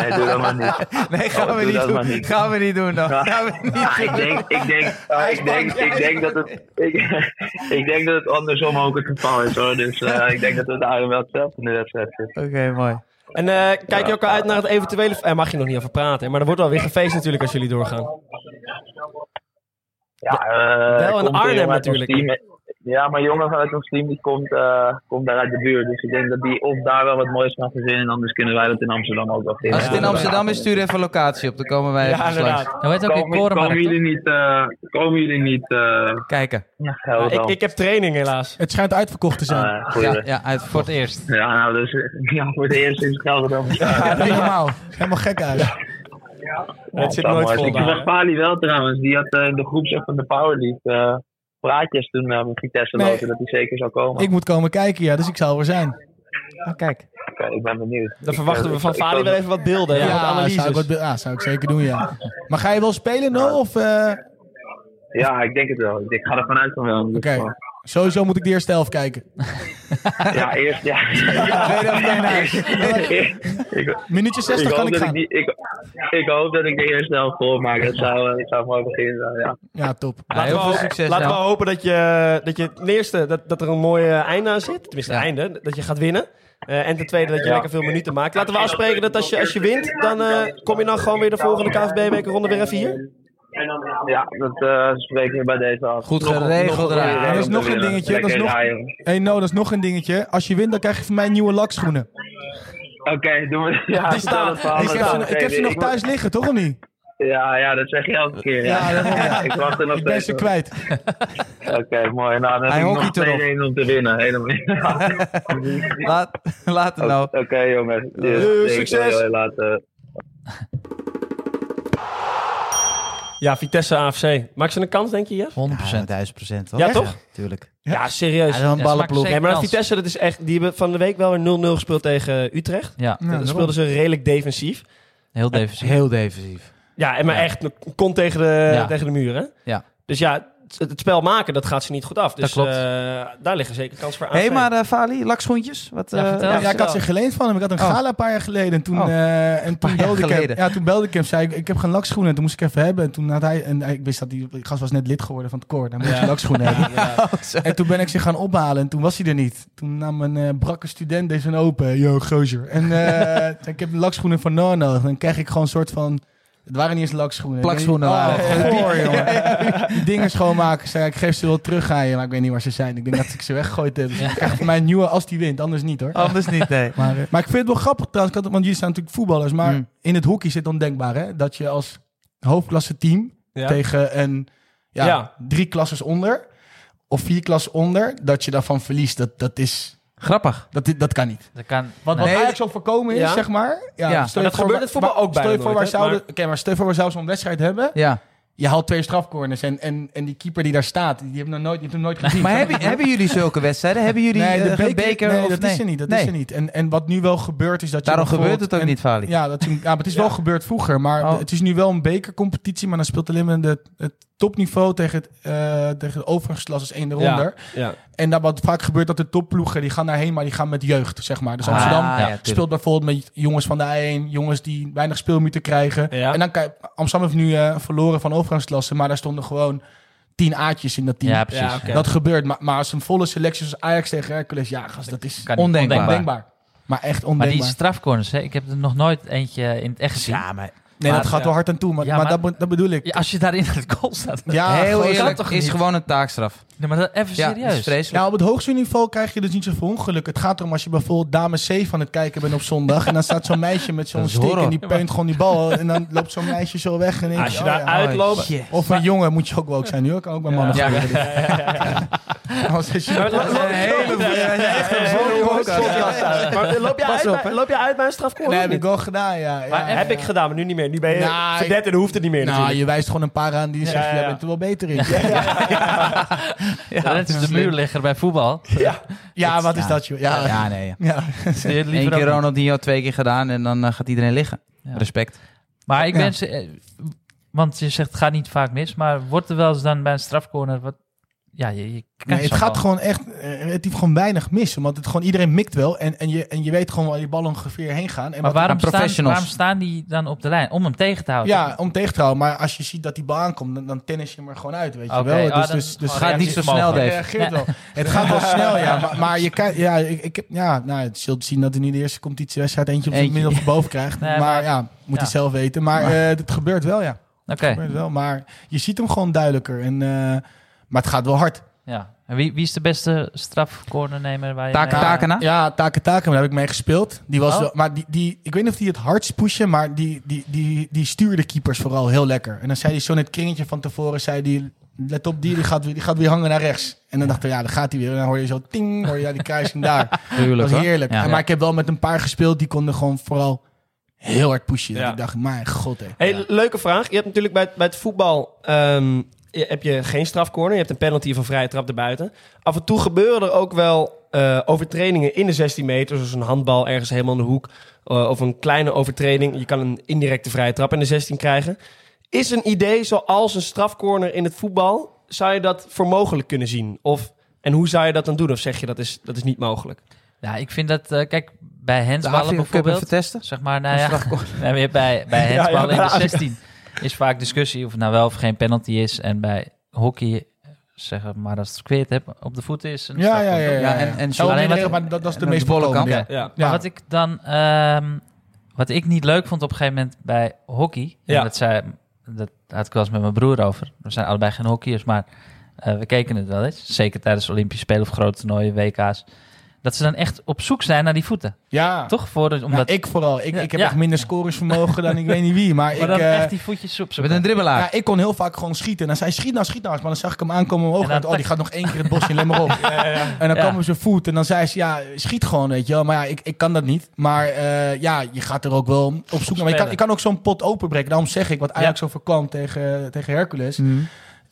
nee, doe dat maar niet.
Nee,
Oh,
gaan we
doe
niet
dat
doen.
maar niet.
Gaan we niet doen dan. Gaan we niet
Ja, ik
doen.
denk, ik denk, ik denk, ik denk dat het, ik, ik denk dat het andersom ook het geval is hoor. Dus eh, ik denk dat we daarin wel hetzelfde in de wedstrijd eh, zitten.
Oké, mooi.
En eh, kijk je ook al uit naar het eventuele... Daar mag je nog niet over praten, maar er wordt wel weer gefeest natuurlijk als jullie doorgaan.
Ja, eh,
Wel in
komt een
Arnhem
jongen uit ons
natuurlijk.
team. Ja, maar jongen vanuit ons team die komt, eh, komt daar uit de buurt. Dus ik denk dat die of daar wel wat moois kan verzinnen. Anders kunnen wij dat in Amsterdam ook wel vinden.
Als het in Amsterdam is, stuur even een locatie op. Dan komen wij even langs.
Nou, weet ook in
Komen, komen
Korenmarkt,
jullie
toch?
niet, eh, komen jullie niet, eh
Kijken.
ja,
Ja,
geld Eh,
ik, ik heb training helaas.
Het schijnt uitverkocht te zijn.
Ah.
Ja, ja uit
Voor het eerst.
Ja, nou, dus, ja, voor het eerst sinds Gelderland bestaan.
Ja, helemaal. Helemaal gek uit.
het zit nooit vol
Ik
daar,
zag
hè?
Pali wel trouwens. Die had eh, in de groepsapp van de Power League eh, praatjes toen eh, met Vitesse
Nee.
lopen dat hij zeker zou komen.
Ik moet komen kijken, ja, dus ik zal er zijn.
Oh, kijk.
Oké, ik ben benieuwd.
Dan
Ik,
verwachten
eh,
we van
ik-
Fali
ik-
wel even wat beelden, ja, wat
zou, ik,
analyses.
wat be- ja, zou ik zeker doen, ja. Maar ga je wel spelen, no? Of, eh,
Ja, ik denk het wel. Ik- Ik ga ervan uit van wel. Dus, in ieder
Oké.
geval.
Sowieso moet ik de eerste helft kijken.
eh, Ja, eerst, ja.
Tweede helft naar huis.
ik,
Minuutje
ik
60 kan
hoop
ik
dat ik,
gaan.
die, ik, ik hoop dat ik de eerste helft volmaak. Dat zou, eh, dat zou mooi beginnen zijn, ja.
Ja, top.
Ja, heel veel succes.
Laten we
Nel.
hopen dat je, dat je ten eerste dat, dat er een mooi eh, einde aan zit. Tenminste,
Ja.
einde. Dat je gaat winnen. Eh, en ten tweede dat je
Ja.
lekker veel minuten maakt. Laten we afspreken dat als je, als je wint, dan eh, kom je dan gewoon weer de volgende KVB-bekerronde weer even hier.
Ja, dat eh, spreken we bij deze af.
Goed geregeld, Ra.
Ja,
Er is nog een dingetje. Dat is nog... hey, no, dat is nog een dingetje. Als je wint, dan krijg je van mij nieuwe lakschoenen.
Oké, doen we. Ja,
Die staan.
vertel het verhaal
Ik
maar
heb
dan.
ze, ik heb ze nog
Ik-
thuis liggen, toch of niet?
Ja, ja, dat zeg je elke keer. Ja,
Ja, daarom, ja.
Ik wacht er nog
Ik ben ze
op.
kwijt.
Oké, mooi. Nou, dan
Hij
heb ik nog
hockeyt erop.
2-1 om te winnen. Helemaal.
Laat, laat het nou.
Oké, jongens.
Eh,
Yes,
Doei,
thanks.
succes.
Hoi, hoi, later.
Ja, Vitesse AFC. Maak ze een kans, denk je, Jeff?
100%.
Duizend procent,
Ja, toch?
tuurlijk.
Ja, serieus.
Ja,
Ja, dan een
ze maken
ballenploeg.
zeker
Nee, maar dat
kans.
Vitesse, dat is echt, die hebben van de week wel weer 0-0 gespeeld tegen Utrecht.
Ja,
Ja,
Dan speelden ze redelijk defensief.
heel defensief.
Heel defensief.
Ja, en maar echt, kont tegen de,
Ja.
tegen de muren.
Ja.
Dus ja, het, het spel maken, dat gaat ze niet goed af. Dus
klopt.
eh, daar liggen zeker kans voor aan.
Hé, hey, maar eh, Fali, lakschoentjes? Wat,
Ja,
eh,
vertel.
Ja, ik had ze geleend van hem. Ik had een
Oh.
gala een paar jaar geleden. En toen,
Oh.
eh, en toen,
Paar jaar
belde, ik
geleden.
hem, ja, toen belde ik hem. Zei ik, ik heb geen lakschoenen. En toen moest ik even hebben. En toen had hij, en ik wist dat die die gast was net lid geworden van het koor. Dan moet je lakschoenen hebben. Oh, En toen ben ik ze gaan ophalen. En toen was hij er niet. Toen nam een eh, brakke student deze open. Yo, gozer. En eh, zei, ik heb lakschoenen van Noor nodig. Dan krijg ik gewoon een soort van... Het waren niet eens lakschoenen.
Plakschoenen
Ik
waren
weet-
het.
Oh, goor, jongen. Die dingen schoonmaken. Zei, ik geef ze wel terug aan je. Maar ik weet niet waar ze zijn. Ik denk dat ik ze weggegooid heb. Dus ik krijg van mij een nieuwe als die wint. Anders niet hoor.
Anders niet, nee.
Maar, eh, maar ik vind het wel grappig trouwens, want jullie zijn natuurlijk voetballers, maar
Mm.
in het hockey zit ondenkbaar hè? dat je als hoofdklasse team
Ja.
tegen een ja,
Ja.
drie klasses onder of vier klassen onder, dat je daarvan verliest. Dat, dat, is,
Grappig.
dat, dat kan niet.
Dat kan,
Wat, wat
nee.
eigenlijk zo voorkomen is,
Ja.
zeg maar. Ja,
Maar dat
stel je
gebeurt
waar-
in het voetbal
waar-
ook bijna
Stel je voor,
nooit,
waar
hè?
zouden,
Maar-
oké, maar stel je voor, waar zouden zo'n wedstrijd hebben?
Ja.
Je haalt twee strafcorners en, en, en die keeper die daar staat, die hebben nog nooit, die heeft hem nooit gezien.
Maar hebben, hebben jullie zulke wedstrijden? Hebben jullie
nee, de
eh, geen
beker, nee,
of
dat is er niet. Dat
Nee.
is er niet. En, en wat nu wel gebeurt is dat je
Daarom gebeurt
bijvoorbeeld-
het ook
en-
niet, Fali.
Ja, dat, ja, maar het is wel gebeurd vroeger. Maar
Oh.
het is nu wel een bekercompetitie. Maar dan speelt alleen maar de, het topniveau tegen het, eh tegen de overige klas als één
Ja.
eronder.
Ja.
En dan wat vaak gebeurt dat de topploegen die gaan daarheen, maar die gaan met jeugd, zeg maar. Dus
Ah,
Amsterdam
ja, tuurlijk.
speelt bijvoorbeeld met jongens van de A1, jongens die weinig speelminuten krijgen.
Ja.
En dan kan je- Amsterdam heeft nu eh, verloren van overgangsklassen, maar daar stonden gewoon tien aatjes in dat team.
Ja, precies.
Ja, oké.
Dat gebeurt, maar, maar als een volle selectie zoals Ajax tegen Hercules, ja, gast, dat is
Kan niet.
Ondenkbaar.
ondenkbaar. Maar echt
Maar die
ondenkbaar.
strafcorners, hè, ik heb er nog nooit eentje in het echt gezien.
Ja, maar
Nee,
Maar-
dat gaat wel hard aan toe, maar,
Ja,
maar,
maar-
dat, be- dat bedoel ik.
Ja, als je daar in het goal staat.
Ja,
heel
gewoon-
eerlijk,
toch
is
niet?
gewoon een taakstraf.
Nee, maar dat, even
Ja, dat is
serieus.
vreselijk.
Ja, Nou, op het hoogste niveau krijg je dus niet zoveel ongeluk. Het gaat erom als je bijvoorbeeld dame C van het kijken bent op zondag. En dan staat zo'n meisje met zo'n
Dat is
stick en
horror.
die peunt gewoon die bal. En dan loopt zo'n meisje zo weg. En denk
Als je
oh
daar
ja.
uitloopt...
Yeah.
Of een jongen moet je ook woke zijn. Nu ook, kan ook bij mannen
Ja.
gebeuren. Anders is je-
Maar lo- lo- eh, Maar loop jij
Pas
uit
op,
bij-
hè.
loop jij uit bij een
Nee,
strafcorner? of
Oh, heb ik
niet?
wel gedaan, ja. ja.
Maar heb ik gedaan, maar nu niet meer. Nu ben je
Nou,
verdet en dan hoeft het niet meer
Nou,
natuurlijk.
je wijst gewoon een paar aan die zegt,
ja, ja.
jij bent er wel beter in. Ja,
Ja, dat is de muurligger bij voetbal.
wat is dat, joh? Ja,
Ja, nee. Ja.
ja.
Die het liever
Eén
ook
keer
niet.
Ronaldinho, twee keer gedaan en dan eh, gaat iedereen liggen.
Ja.
Respect.
Maar ik
Ja.
ben... ze- eh, Want je zegt, het gaat niet vaak mis. Maar wordt er wel eens dan bij een strafcorner... Wat, ja, je, je krijgt
Nee, het
zo'n
gaat
bal.
gewoon echt eh, relatief gewoon weinig mis. Want het gewoon, iedereen mikt wel. En, en, je, en je weet gewoon waar die ballen ongeveer heen gaan. En
Maar
wat-
waarom
aan
staan,
professionals.
waarom staan die dan op de lijn? Om hem tegen te houden?
ja, om tegen te houden. Maar als je ziet dat die bal aankomt, dan, dan tennis je hem er gewoon uit, weet je
Oké,
wel.
ah,
Dus,
dan-
dus, dus
oh,
gaat niet zo snel,
reactiesmogen.
Hij
Dave.
reageert wel. Het gaat wel snel, ja. Maar, maar je kan, ja, ik, ik heb, ja, nou, het zult zien dat hij nu de eerste competitiewedstrijd eentje op zijn
Eentje.
middel of boven krijgt.
Nee,
maar,
maar-
ja, moet
ja.
hij zelf weten. Maar eh, het gebeurt wel, ja.
Oké,
Het gebeurt wel. Maar je ziet hem gewoon duidelijker. En, eh, maar het gaat wel hard.
ja. En wie, wie is de beste strafcornernemer waar je...
Taken,
mee-
taken, hè?
Ja, Take Take, daar heb ik mee gespeeld. Die was
Oh.
wel, maar die, die, ik weet niet of die het hardst pushen, maar die, die, die, die stuurde keepers vooral heel lekker. En dan zei hij zo net kringetje van tevoren, zei die, let op, die, die, gaat, weer- die gaat weer hangen naar rechts. En dan dacht ik, ja, daar gaat hij weer. En dan hoor je zo ting, hoor je ja, die kruising daar. Dat
Tuurlijk,
was
hoor.
heerlijk.
Ja.
En Maar ik heb wel met een paar gespeeld, die konden gewoon vooral heel hard pushen. Dat
Ja.
ik dacht, mijn god, hé.
Hey, Leuke vraag. Je hebt natuurlijk bij, bij het voetbal ehm, je, heb je geen strafcorner. Je hebt een penalty of een vrije trap erbuiten. Af en toe gebeuren er ook wel eh, overtredingen in de 16 meter. Zoals een handbal ergens helemaal in de hoek. eh, of een kleine overtreding. Je kan een indirecte vrije trap in de 16 krijgen. Is een idee zoals een strafcorner in het voetbal... zou je dat voor mogelijk kunnen zien? Of, en hoe zou je dat dan doen? Of zeg je dat is, dat is niet mogelijk?
Ja, ik vind dat... eh, kijk, bij
De
handsballen
Afrika Cup even
bijvoorbeeld...
testen.
Zeg maar, nou ja...
Strafcorner.
Nee, maar je hebt bij,
Ja,
bij
ja,
handballen
bij
in de
Afrika.
16 is vaak discussie of het nou wel of geen penalty is. En bij hockey, zeg het maar als het verkeerd heb, op de voeten is een
Ja, ja, ja.
strafcorner.
ja, ja.
Ja, en- en
Zo
alleen
iedereen,
wat-
maar dat, dat is de
en
meest
de bolle
voorkomende,
kant.
ja.
Ja.
Maar wat ik dan, ehm, wat ik niet leuk vond op een gegeven moment bij hockey, en
Ja.
dat zei, dat had ik wel eens met mijn broer over. We zijn allebei geen hockeyers, maar eh, we keken het wel eens. Zeker tijdens Olympische Spelen of grote toernooien, WK's. Dat ze dan echt op zoek zijn naar die voeten.
Ja.
Toch? Voor, de- omdat,
Nou, ik vooral. Ik,
Ja.
ik heb
Ja.
echt minder scoringsvermogen dan ik weet niet wie. Maar,
maar
ik,
dan
eh,
echt die voetjes op
Met een
Ja,
Ah.
dribbelaar.
ik kon heel vaak gewoon schieten. En dan zei hij, schiet nou, schiet nou. eens. Maar dan zag ik hem aankomen omhoog.
En
En
dan
dacht, oh, die gaat nog één keer het bosje in, let maar op. En dan
Ja.
kwam op zijn voet. En dan zei ze, ja, schiet gewoon, weet je wel. Maar ja, ik, ik kan dat niet. Maar eh, ja, je gaat er ook wel op zoek naar. Maar je kan, je kan ook zo'n pot openbreken. Daarom zeg ik, wat Ajax overkwam tegen, tegen Hercules.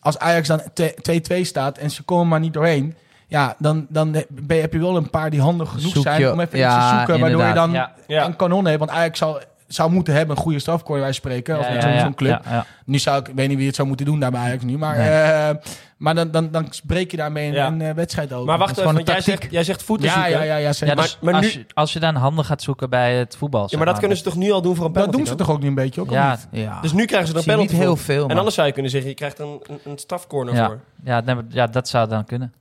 Als Ajax dan te- 2-2 staat en ze komen maar niet doorheen... Ja, dan, dan ben je- heb je wel een paar die handig genoeg
Zoek
zijn
je-
om even iets
ja,
te zoeken. Waardoor je
inderdaad.
dan
Ja.
Ja.
een kanon hebt. Want Ajax zou, zou moeten hebben een goede strafkooi wij spreken. of zo'n zo'n club.
Ja, ja.
Nu zou ik, ik weet niet wie het zou moeten doen daar bij Ajax nu, maar,
Nee.
eh, maar dan, dan, dan breek je daarmee een,
Ja.
een, eh, wedstrijd over.
Maar wacht
is gewoon
even, want jij
een tactiek.
zegt, jij zegt voeten
ja,
zoeken.
ja, ja, ja,
Ja,
zeker.
dus
Maar- maar
als,
nu-
je, als je dan handen gaat zoeken bij het voetbal.
Ja,
zeg
maar dat kunnen ze toch nu al doen voor een
dat
penalty
doen ze
dan?
toch ook nu een beetje, ook al
Ja,
niet?
Ja.
Dus nu krijgen ze
Ik
dan
zie
penalty
niet
voor.
heel veel,
En
man.
anders zou je kunnen zeggen, je krijgt een, een, een strafcorner
ja,
voor.
ja, nee, maar- ja, dat zou dan kunnen.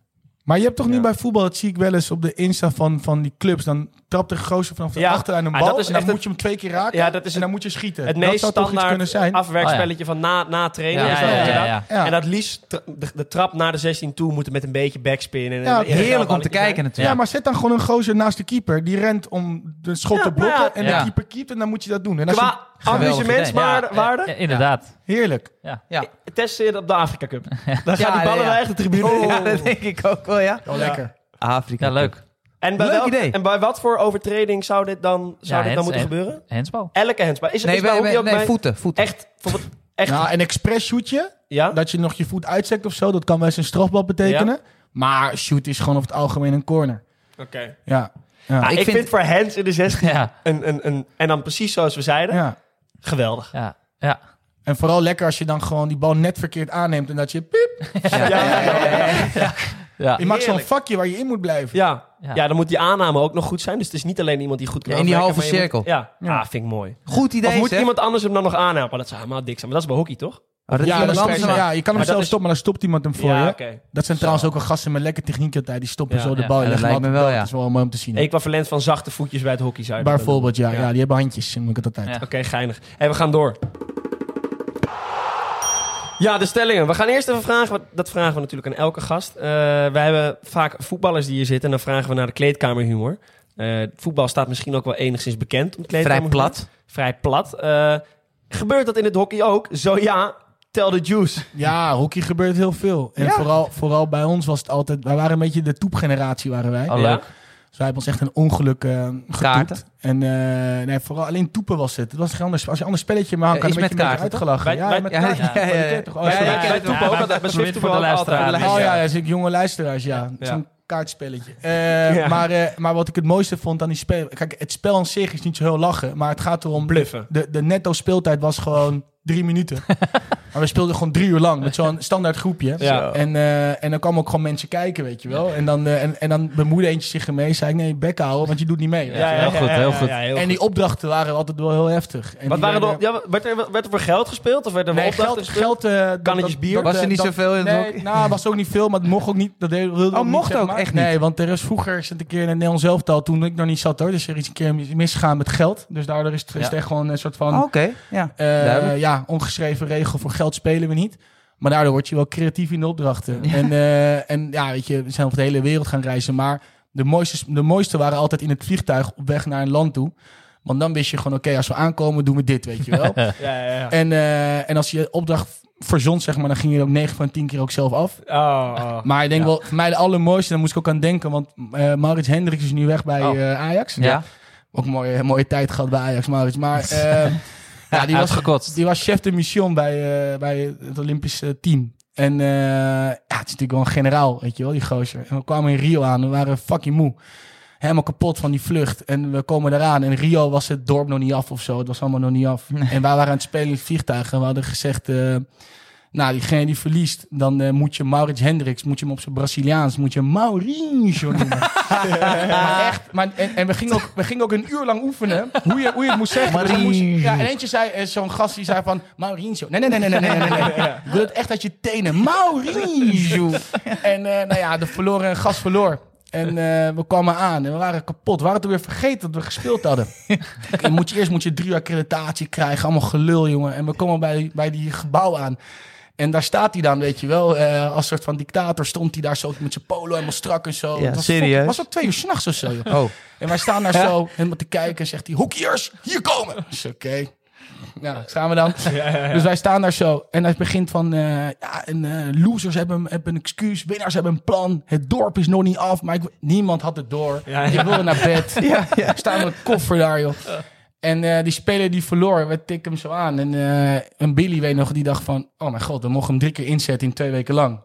Maar je hebt toch
Ja.
nu bij voetbal, dat zie ik wel eens op de Insta van, van die clubs, dan trapt de gozer vanaf de
Ja,
achterlijn een
ah,
bal
dat is
en dan
echt
moet
het-
je hem twee keer raken
Ja, dat is
en
het-
dan moet je schieten.
Het
dat
meest
zou toch iets kunnen
standaard
zijn?
afwerkspelletje van na, na trainen.
Ja,
is
ja,
dat
ja,
inderdaad.
ja,
ja.
En dat liefst tra- de, de trap naar de 16 toe moet met een beetje backspin. En,
Ja,
en- en-
Heerlijk om te
balletjes
kijken
zijn.
Ja,
natuurlijk.
maar zet dan gewoon een gozer naast de keeper. Die rent om de schot
Ja,
te blokken
maar ja,
en
ja.
de keeper keept en dan moet je dat doen. En als je-
Qua amusementswaarde,
Ja,
waarde,
ja, inderdaad.
Heerlijk.
Ja.
testen je dat op de Afrika Cup. Dan gaan
Ja,
die ballen
ja, Oh, ja.
naar echt de tribune.
Ja, dat denk ik ook wel, ja.
Oh, lekker.
Afrika.
Ja, leuk.
En, bij
Leuk
welk-
idee.
en bij wat voor overtreding zou dit dan,
Ja,
zou dit dan
hands-
moeten gebeuren?
Handsbal.
Elke handsbal. Is,
Nee,
is bij
wij-
hockey
wij-
ook
nee,
bij-
voeten. voeten.
Echt, bijvoorbeeld, echt,
Nou, een expres shootje,
ja?
dat je nog je voet uitzet of zo, dat kan wel eens een strafbal betekenen. Maar shoot is gewoon over het algemeen een corner.
Oké.
Ja.
Ah,
Ik
ik vind,
vind-
voor hands in de 16
Ja,
een, een, een, en dan precies zoals we zeiden,
ja.
geweldig.
ja, ja.
En vooral lekker als je dan gewoon die bal net verkeerd aanneemt en dat je piep.
Ja, ja, ja, ja.
Je maakt zo'n
Heerlijk.
vakje waar je in moet blijven.
Ja.
Ja.
Ja, dan moet die aanname ook nog goed zijn. Dus het is niet alleen iemand die goed kan
Ja, in die
afwerken,
halve
maar je moet- ja.
Ja.
Ah, vind ik mooi.
Goed idee,
of moet
zeg.
iemand anders hem dan nog aannemen? Maar dat zou helemaal dik zijn. Maar dat is bij hockey, toch?
Oh, dat
Ja,
iemand
dat is
anders
prima.
hem-
ja, je
Maar
kan
dat
hem zelf
is-
stoppen, maar dan stopt iemand hem voor
ja,
je.
oké.
Dat zijn trouwens ook wel gasten met lekker techniek altijd. Die stoppen
Ja.
zo de
Ja,
bal
dat
en leggen
lijkt
hem
me
altijd
wel,
op. Dat is wel mooi om te zien.
Equivalent van zachte voetjes bij het hockey, zou je dat willen
Bijvoorbeeld, ja,
Ja.
ja. Die hebben handjes, moet ik het altijd.
Ja.
noemen. Oké, geinig. En we gaan door. Ja, de stellingen. We gaan eerst even vragen, want dat vragen we natuurlijk aan elke gast. Eh wij hebben vaak voetballers die hier zitten en dan vragen we naar de kleedkamerhumor. Eh, voetbal staat misschien ook wel enigszins bekend. Om
Vrij
kleedkamerhumor.
plat.
vrij plat. Eh, gebeurt dat in het hockey ook? Zo ja, tell the juice.
Ja, hockey gebeurt heel veel. En vooral, vooral bij ons was het altijd... Wij waren een beetje de toepgeneratie, waren wij.
Oh, leuk.
Dus wij hebben ons echt een ongeluk eh getoept.
Kaarten.
En eh, nee, vooral alleen toepen was het. Het was geen anders. Als je een ander spelletje maar
Eh,
kan,
iets
dan werd je
met
een beetje
kaarten,
uitgelachen.
Wij-
ja,
wij-
met
Ja,
kaarten.
ja, ja,
Maar
ja.
die ken je toch? Oh,
Ja,
sorry.
ja, ik ken
bij
het wel.
Toepen ook
Ja,
altijd, bij
voor de
Zwift ook
luisteraar.
altijd.
Ja.
Oh ja, ja, zo'n jonge luisteraars, ja.
Ja.
Zo'n kaartspelletje. Eh,
Ja.
Maar, eh, maar wat ik het mooiste vond aan die spel... Kijk, het spel aan zich is niet zo heel lachen. Maar het gaat erom...
Bluffen.
De, de netto speeltijd was gewoon drie minuten. maar we speelden gewoon drie uur lang met zo'n standaard groepje.
Ja.
En, eh, en dan kwamen ook gewoon mensen kijken, weet je wel. En dan, eh en, en dan bemoeide eentje zich ermee. Zei ik, nee, bek houden, want je doet niet mee. weet je wel.
heel goed, heel goed.
en die opdrachten waren altijd wel heel heftig. En
Wat
die
waren er,
werden-
ja, werd, er, werd er voor geld gespeeld? Of werd er voor
Nee,
opdrachten
geld,
gespeeld?
geld eh, dat-
Kannetjes
dat-
bier?
dat-
Was er niet
dat-
zoveel in het
Nee,
hockey?
nou, was ook niet veel, maar het mocht ook niet. Dat deed, wilde
Oh,
ook
mocht
niet, zeg
ook
maar.
echt
Nee, want er is vroeger is het een keer in het Nederlands elftal, toen ik nog niet zat hoor, dus er is een keer misgegaan met geld. Dus daardoor is het, is het echt gewoon een soort van,
Oké, ja.
eh,
duidelijk.
ja, ongeschreven regel voor geld spelen we niet. Maar daardoor word je wel creatief in de opdrachten. En, eh, en ja, weet je, we zijn over de hele wereld gaan reizen, maar de mooiste, de mooiste waren altijd in het vliegtuig op weg naar een land toe. Want dan wist je gewoon, oké, als we aankomen, doen we dit, weet je wel.
Ja, ja, ja.
En, eh, en als je opdracht verzond, zeg maar, dan ging je er ook 9 van 10 keer ook zelf af.
Oh, oh.
Maar ik denk wel, voor mij de allermooiste, daar moest ik ook aan denken, want eh Maurits Hendricks is nu weg bij
Oh.
eh, Ajax.
Ja.
Ook een mooie, een mooie tijd gehad bij Ajax, Maurits. Maar eh, ja, die, was,
Uitgekotst.
die was chef de mission bij, eh, bij het Olympische team. En eh, ja, het is natuurlijk wel een generaal, weet je wel, die gozer. En we kwamen in Rio aan, we waren fucking moe. Helemaal kapot van die vlucht. En we komen eraan. En Rio was het dorp nog niet af of zo. Het was allemaal nog niet af. En wij waren aan het spelen in het vliegtuig. En we hadden gezegd... eh, nou, diegene die verliest, dan eh, moet je Maurits Hendricks, moet je hem op zijn Braziliaans, moet je Maurinho noemen. maar echt, maar, en, en we, gingen ook, we gingen ook een uur lang oefenen hoe je, hoe je het moest zeggen. Dus dan moest je- ja, en eentje zei, eh, zo'n gast die zei van Maurinho. Nee, nee, nee, nee, nee, nee, nee. nee. Ik wil het echt uit je tenen. Maurinho. en eh, nou ja, de verloren gast verloor. En eh, we kwamen aan en we waren kapot. We waren toen weer vergeten dat we gespeeld hadden. En moet je, eerst moet je drie uur accreditatie krijgen. Allemaal gelul, jongen. En we komen bij, bij die gebouw aan. En daar staat hij dan, weet je wel. eh, als soort van dictator stond hij daar zo met zijn polo helemaal strak en zo.
Ja,
Het was
serieus?
Het was ook twee uur s'nachts of zo, joh.
Oh,
En wij staan daar zo helemaal te kijken. En zegt hij, hockeyers, hier komen. Dus oké. Nou, daar gaan we dan. Dus wij staan daar zo. En hij begint van, eh, ja, en, eh, losers hebben, hebben een excuus. Winnaars hebben een plan. Het dorp is nog niet af. Maar ik, niemand had het door.
Ja,
Ik wilde naar bed.
ja, ja.
Ik sta met een koffer daar, joh. En eh, die speler die verloor, we tikken hem zo aan. En, eh, en Billy weet nog, die dacht van... Oh mijn god, we mochten hem drie keer inzetten in twee weken lang.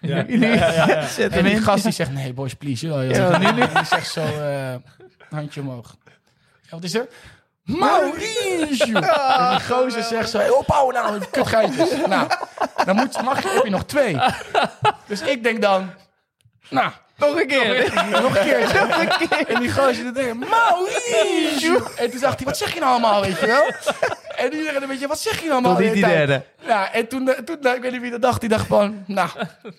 Ja.
Zet
En
hem
die
in.
gast die zegt, nee boys, please. joh, joh.
Ja,
En die zegt zo, eh, handje omhoog. Ja, wat is er? Mauricio! en die gozer zegt zo, hey, ophouden nou, met kutgeitjes. nou, dan moet, mag, je- heb je nog twee. Dus ik denk dan, nou...
Nog een keer.
Nog een keertje. En die gozer die denkt, Mauricio. En toen dacht hij, wat zeg je nou allemaal, weet je wel? En iedereen een beetje, wat zeg je nou allemaal?
Tot niet
de
die
hele tijd?
derde.
Ja, en toen, eh, toen nou, ik weet niet wie dat dacht, die dacht gewoon, nou.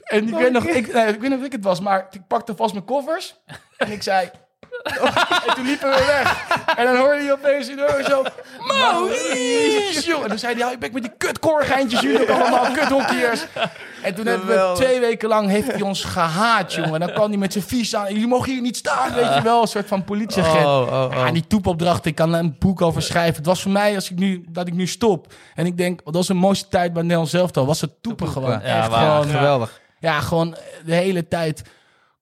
En ik weet, nog, ik, nee, ik weet niet of ik het was, maar ik pakte vast mijn koffers. En ik zei... en toen liepen we weg. En dan hoorde hij opeens in de oren zo... Mauricio! En toen zei hij, hou je bek met die kutkorgeintjes. Jullie ook allemaal kuthockeyers. En toen hebben we
Geweldig.
twee weken lang heeft hij ons gehaat, jongen. En dan kwam hij met zijn vies aan. Jullie mogen hier niet staan, weet je wel. Een soort van politieagent.
Oh, oh, oh.
Ja, die toepopdracht, ik kan daar een boek over schrijven. Het was voor mij als ik nu, dat ik nu stop. En ik denk, wat was de mooiste tijd bij Nederland zelf al. Was het toepen gewoon.
Ja,
Echt
waar.
gewoon. eh, Ja.
Geweldig.
gewoon de hele tijd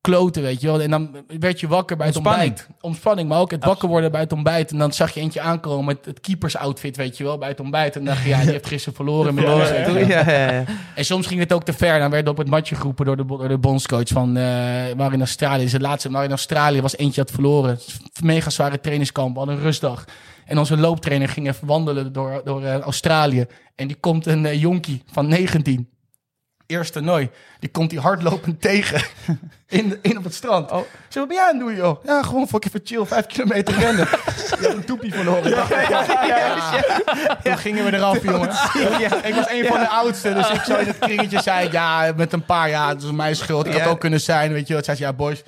kloten, weet je wel. En dan werd je wakker bij het
Ontspanning.
ontbijt. Ontspanning, maar ook het wakker worden bij het ontbijt. En dan zag je eentje aankomen met het keepersoutfit, weet je wel, bij het ontbijt. En dan dacht je, ja, die heeft gisteren verloren. met ons, weet je
Ja,
wel.
ja, ja.
En soms ging het ook te ver. Dan werd op het matje geroepen door de, bo- door de bondscoach van eh waar in Australië. Zijn laatste waar in Australië was eentje had verloren. Mega zware trainingskamp, we hadden een rustdag. En onze looptrainer ging even wandelen door, door eh, Australië. En die komt een eh, jonkie van 19. Eerste toernooi. Die komt die hardlopend tegen. In, in op het strand. Oh. Zeg, wat ben jij aan het doen, joh? Ja, gewoon fucking even chill. Vijf kilometer rennen. Je hebt een toepie verloren. Toen gingen we eraf, jongen. Ik was een van de oudste, dus ik zo in het kringetje zei... ik, Ja, met een paar jaar, dat is mijn schuld. Ik had
Ja.
ook kunnen zijn, weet je wel. Zei ze, ja, boys,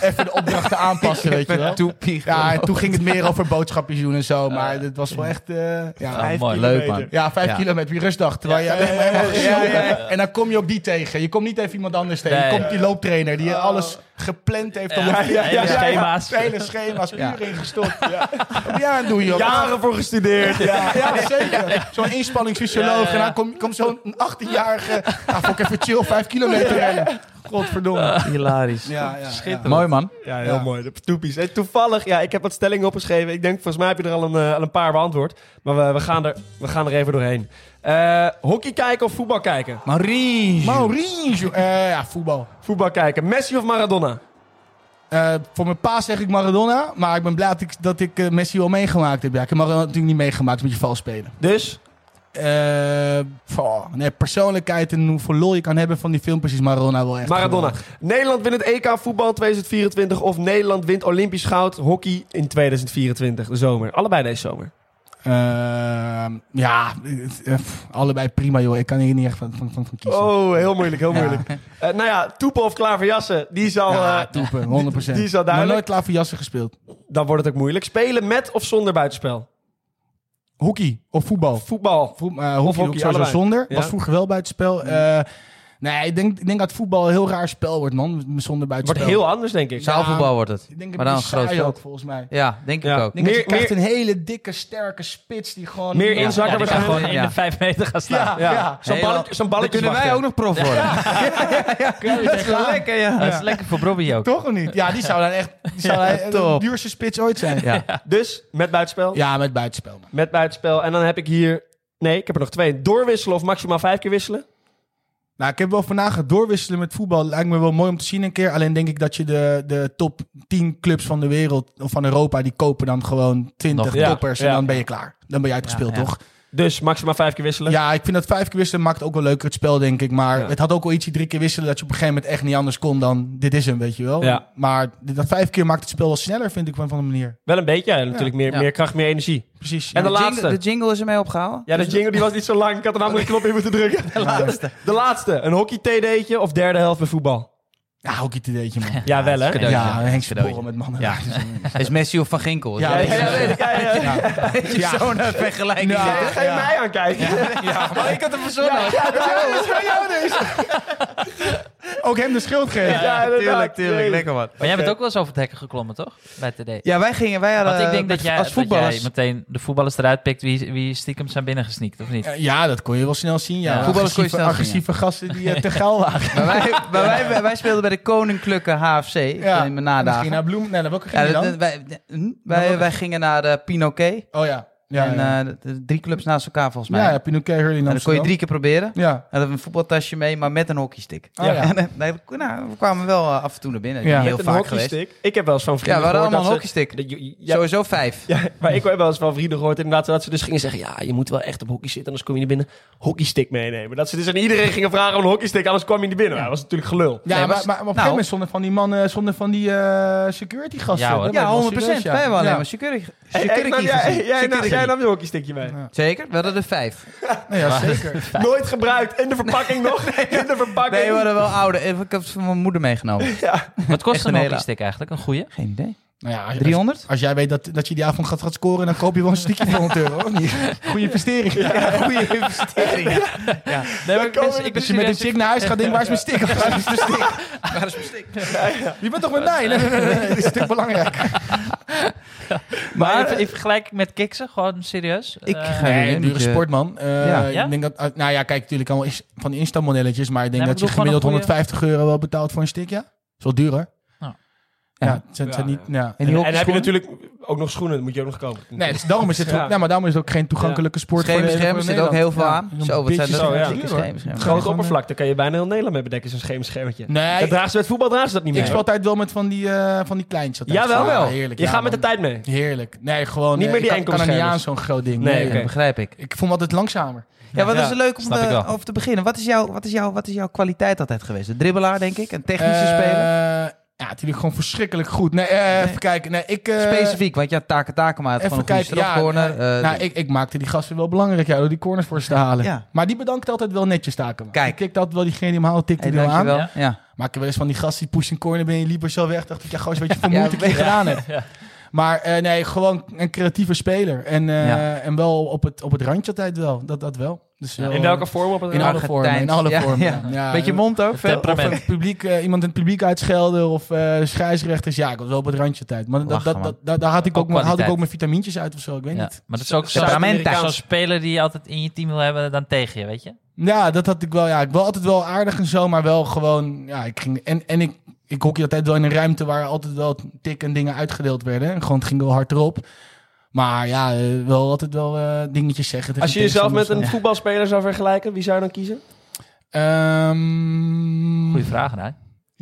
even de opdrachten aanpassen, weet je wel.
Toepie.
Ja, en toen ging het meer over boodschapjes doen en zo. Maar het was wel echt... eh, ja,
Oh, mooi.
Leuk, man.
ja, vijf
Ja.
kilometer, je rustdag. Terwijl je alleen maar helemaal gezopen hebt. En dan kom je ook die tegen. Je komt niet even iemand anders tegen.
Nee.
Je komt die looptrainer die alles gepland heeft. om
Ja,
het-
ja, hele schema's.
Hele schema's,
Ja.
uren ingestopt. Ja. Wat ben jij aan het doen, joh?
Jaren voor gestudeerd.
Ja, ja, zeker. Zo'n inspanningsfysioloog.
Ja, ja, ja.
En dan komt komt zo'n 18-jarige... Nou, fuck, even chill, vijf kilometer rennen. Godverdomme.
Hilarisch.
Ja, ja, ja.
Mooi, man.
Ja, heel mooi. De toepies. En toevallig, ja, ik heb wat stellingen opgeschreven. Ik denk, volgens mij heb je er al een, eh, al een paar beantwoord. Maar we, we, gaan, er, we gaan er even doorheen. Eh, hockey kijken of voetbal kijken?
Marie.
Mauricio. Eh, ja, voetbal.
Voetbal kijken. Messi of Maradona?
Eh, voor mijn pa zeg ik Maradona. Maar ik ben blij dat ik, dat ik eh, Messi wel meegemaakt heb. Ja, ik heb Maradona natuurlijk niet meegemaakt met je vals spelen.
Dus,
eh, pfoh, nee, persoonlijkheid en hoeveel lol je kan hebben van die filmpjes is Maradona wel echt.
Maradona.
geweldig.
Nederland wint het EK voetbal 2024 of Nederland wint Olympisch goud hockey in 2024, de zomer. Allebei deze zomer.
Ehm, ja, eh, pff, allebei prima joh. Ik kan hier niet echt van, van, van, van kiezen.
Oh, heel moeilijk, heel
Ja.
moeilijk. Eh, nou ja, Toepen of Klaverjassen, die zal,
Ja,
eh,
Toepen, 100%.
die is al
Nog
duidelijk.
nooit klaar voor jassen gespeeld.
dan wordt het ook moeilijk. Spelen met of zonder buitenspel?
Hockey of voetbal?
Voetbal.
Voet, eh, hockey,
hockey,
doe ik sowieso
allebei.
zonder.
Ja. Mhm.
Was vroeger wel buitenspel. Eh nee, ik denk, ik denk dat voetbal een heel raar spel wordt, man. Zonder
Wordt
buitenspel.
heel anders, denk ik.
Zaalvoetbal wordt het.
Ik denk
Maar
een
dan
beetje
een groot
saai ook,
veld.
volgens mij. Ik
Ja, denk
Ja.
ik ook.
denk dat je
Meer-
krijgt
meer-
een hele dikke, sterke spits die gewoon...
Meer
Ja.
inzakken
Ja, die gaan gewoon
waarschijnlijk.
in
Ja.
de vijf meter gaan staan.
Ja,
Ja.
ja.
Zo'n
Heel-
balletje, zo'n
Dan
balletje
kunnen wij ook nog prof worden. Dat is wel lekker, ja.
Dat is lekker voor Bobby ook.
Toch of niet? Ja, die zou dan echt die zou dan echt de
top.
duurste spits ooit zijn.
Ja.
Dus met buitenspel.
Ja, met buitenspel. man.
Met buitenspel. En dan heb ik hier... Nee, ik heb er nog twee. Doorwisselen of maximaal vijf keer wisselen.
Nou, ik heb wel vandaag het doorwisselen met voetbal. Lijkt me wel mooi om te zien een keer. Alleen denk ik dat je de, de top 10 clubs van de wereld, of van Europa, die kopen dan gewoon 20
Nog-
ja,
toppers.
ja.
En dan ben je klaar. Dan ben je uitgespeeld,
Ja, ja.
toch?
Dus maximaal vijf keer wisselen.
Ja, ik vind dat vijf keer wisselen maakt ook wel leuker het spel, denk ik. Maar
Ja.
het had ook wel ietsje drie keer wisselen dat je op een gegeven moment echt niet anders kon dan dit is hem, weet je wel.
Ja.
Maar dat vijf keer maakt het spel wel sneller, vind ik van, van een manier.
Wel een beetje. Ja, natuurlijk meer,
Ja.
meer kracht, meer energie.
Precies.
En de
ja.
laatste.
Jingle- de jingle is ermee opgehouden.
Ja, de jingle die was niet zo lang. Ik had een andere knop in moeten drukken. De laatste. De laatste. Een hockey-TD'tje of derde helft bij voetbal?
Ja, ook iets ideetje, man.
Ja, wel hè?
cadeau.
Ja,
Cadeautje.
Henk
Cadeautje.
Sporen met mannen.
Ja.
Is Messi of Van Ginkel?
Ja,
Ja, ja, weet ik. Ja, ja.
Weet je zo'n eh, vergelijking?
Ja.
Ja, ga je mij aankijken?
Maar Oh, ik had hem verzonnen.
Ook hem de schuld geven.
Ja, inderdaad.
tuurlijk, tuurlijk.
Nee.
Lekker wat.
Maar jij bent ook wel eens over het hekken geklommen, toch? Bij TD.
Ja, wij gingen, wij hadden
Want ik denk
met-
dat jij,
als
dat
voetballers...
jij meteen de voetballers eruit pikt wie, wie stiekem zijn binnengesneakt, of niet?
Ja, Ja, dat kon je wel snel zien. Ja.
Ja.
Voetballers kon je
Agressieve-
snel zien,
agressieve gasten die eh, te geil
Maar
waren.
wij, maar wij, wij, wij speelden bij de Koninklijke HFC
Ja.
in mijn
Misschien
nadagen.
naar Bloem. Nee, naar welke ging
Ja,
je
dat-
dan?
dat- wij, hm? wij, wij gingen naar de Pinoquet.
Oh ja. Ja,
en
ja.
eh, dat- dat- drie clubs naast elkaar volgens mij.
ja, ja Pinoquet, Hurley en
en dan kon je drie keer proberen.
Ja.
En dan hadden we een voetbaltasje mee, maar met een hockeystick.
Oh, ja.
En, eh, nee, we- nou, we kwamen wel eh, af en toe naar binnen.
Ja.
Ja. Heel
Met een
vaak geweest.
hockeystick. Ik heb wel eens van
Ja,
vrienden
we hadden
gehoord
allemaal een
dat ze-
hockeystick.
dat je- ja,
Sowieso vijf.
Ja, maar ik heb wel eens van vrienden gehoord inderdaad dat ze dus gingen zeggen... ja, je moet wel echt op hockey zitten, anders kom je niet binnen. Hockeystick meenemen. Dat ze dus aan iedereen gingen vragen om een hockeystick, anders kwam je niet binnen. Ja, dat was natuurlijk gelul.
Ja,
Nee,
maar,
maar-
maar op een gegeven
nou.
moment zonder van die mannen, zonder van die eh, security gasten.
Ja, hoor.
Dat
Ja,
lijkt me
100
wel serieus, ja.
Wij waren
Ja.
alleen maar security.
Hey, hey, nam
security
jij,
gezien.
jij, nam,
Security.
jij nam je hockeystickje mee.
Zeker, we hadden er vijf.
Nee, Nou ja, zeker.
Nooit gebruikt. In de verpakking nog. Nee, in de verpakking.
Nee, we hadden wel ouder. Ik heb het van mijn moeder meegenomen.
Wat kost
Echt
een
een hele-
hockeystick eigenlijk? Een goeie?
Geen idee.
Nou ja, als, als-
300?
als jij weet dat, dat je die avond gaat, gaat scoren, dan koop je wel een stickje voor 100 euro, of niet? Goeie investering.
Goeie investering.
Nee, maar
ik ben- ik ben
Als je met een chick naar huis gaat, denk ik, waar is mijn stick? Waar is mijn stick?
Waar is mijn stick?
Je bent toch met mij? Nee, nee, nee, nee, dit is een stuk belangrijker.
Maar in- in vergelijking met kiksen, gewoon serieus.
Ik
Eh,
ga-
nee,
Nee,
weet
een
niet,
dure
eh.
sportman. Eh,
Ja.
Ja?
Ik denk dat, ah, nou ja, kijk, natuurlijk allemaal is van die Insta-modelletjes, maar ik denk
Nee,
dat
maar ik
je
bedoel
gemiddeld
gewoon een
150 euro wel betaalt voor een stick, ja? Is wel duur, hoor.
Ja.
Ja, het zijn, het zijn
Ja,
niet... Ja.
En die
En heb je
hockeyschoenen?
natuurlijk ook nog schoenen. Dat moet je ook nog kopen.
Nee, dus daarom is het,
Ja.
ja. maar daarom is het ook geen toegankelijke sport voor
Schermen,
de-
schermen
voor
zit ook heel veel
Nederland.
aan.
Ja,
Zo, wat zijn
bitches
dat
zo,
voor
ja.
dikke
Duur, hoor.
schermen, schermen.
Groot
gewoon,
oppervlak. Daar kan je bijna heel Nederland mee bedekken. Zo'n schermschermetje.
Nee,
Dat dragen ze bij het voetbal dragen ze dat niet
ik
meer.
speel altijd wel met van die, eh van die kleintjes. altijd.
Jawel, wel.
heerlijk.
je
ja,
gaat met de
man.
tijd mee.
Heerlijk. Nee, gewoon...
Niet
eh,
meer die
ik kan- kan er niet
enkelschijners.
aan, zo'n groot ding.
Nee,
Nee,
oké.
Dat begrijp ik.
Ik vond me altijd langzamer.
Ja, wat
Ja,
is er leuk om
snap ik
te,
wel.
over te beginnen? Wat is, jouw, wat, is jouw, wat is jouw kwaliteit altijd geweest? Een dribbelaar, denk ik? Een technische
Eh,
speler?
Ja, natuurlijk gewoon verschrikkelijk goed. Nee, eh, even kijken. Nee, ik, eh,
Specifiek, want ja, taken taken, maar het gewoon
Even
een goede
kijken. Ja,
strafcorner.
eh,
eh,
nou, ik, ik maakte die gasten wel belangrijk ja, door die corners voor ze te halen.
Ja.
Maar die bedankt altijd wel netjes taken. man.
Kijk.
Ik kikte altijd wel diegene die hem haalde, tikte
hey,
die wel aan.
dankjewel.
aan.
Ja. Ja.
Maar ik heb wel eens van die gasten die pushen corner ben je liever zo weg. Dacht ik, ja, goos, weet je, voor
Ja,
moeite ik je
weet-
gedaan heb. Maar eh, nee, gewoon een creatieve speler. En, eh,
Ja.
en wel op het, op het randje altijd wel. Dat, dat wel. Dus, wel,
In welke vorm op het
in alle
Argentijns.
vormen. In alle
Ja,
vormen.
ja.
ja. Ja,
Beetje mond ook? Veel?
of een publiek, eh, iemand in het publiek uitschelden of eh scheidsrechters. Ja, ik was wel op het randje tijd. Maar dat,
Lachen,
dat,
man.
dat, dat- daar had ik
Ook
ook, mijn- haalde ik
kwaliteit.
ook mijn vitamintjes uit of zo. Ik weet
Ja,
niet.
maar dat is ook zo'n
Temperament thuis.
zo'n speler die je altijd in je team wil hebben, dan tegen je, weet je?
Ja, dat had ik wel. Ja, ik was altijd wel aardig en zo, maar wel gewoon. Ja, ik ging. En, en ik, ik hockey altijd wel in een ruimte waar altijd wel tik en dingen uitgedeeld werden. En gewoon, het ging wel hard erop. Maar ja, eh, wel altijd wel eh, dingetjes zeggen. tegen
Als je jezelf met een
tegenstanders.
voetbalspeler zou vergelijken, wie zou je dan kiezen?
Ehm,
Goeie vraag, nou. hè?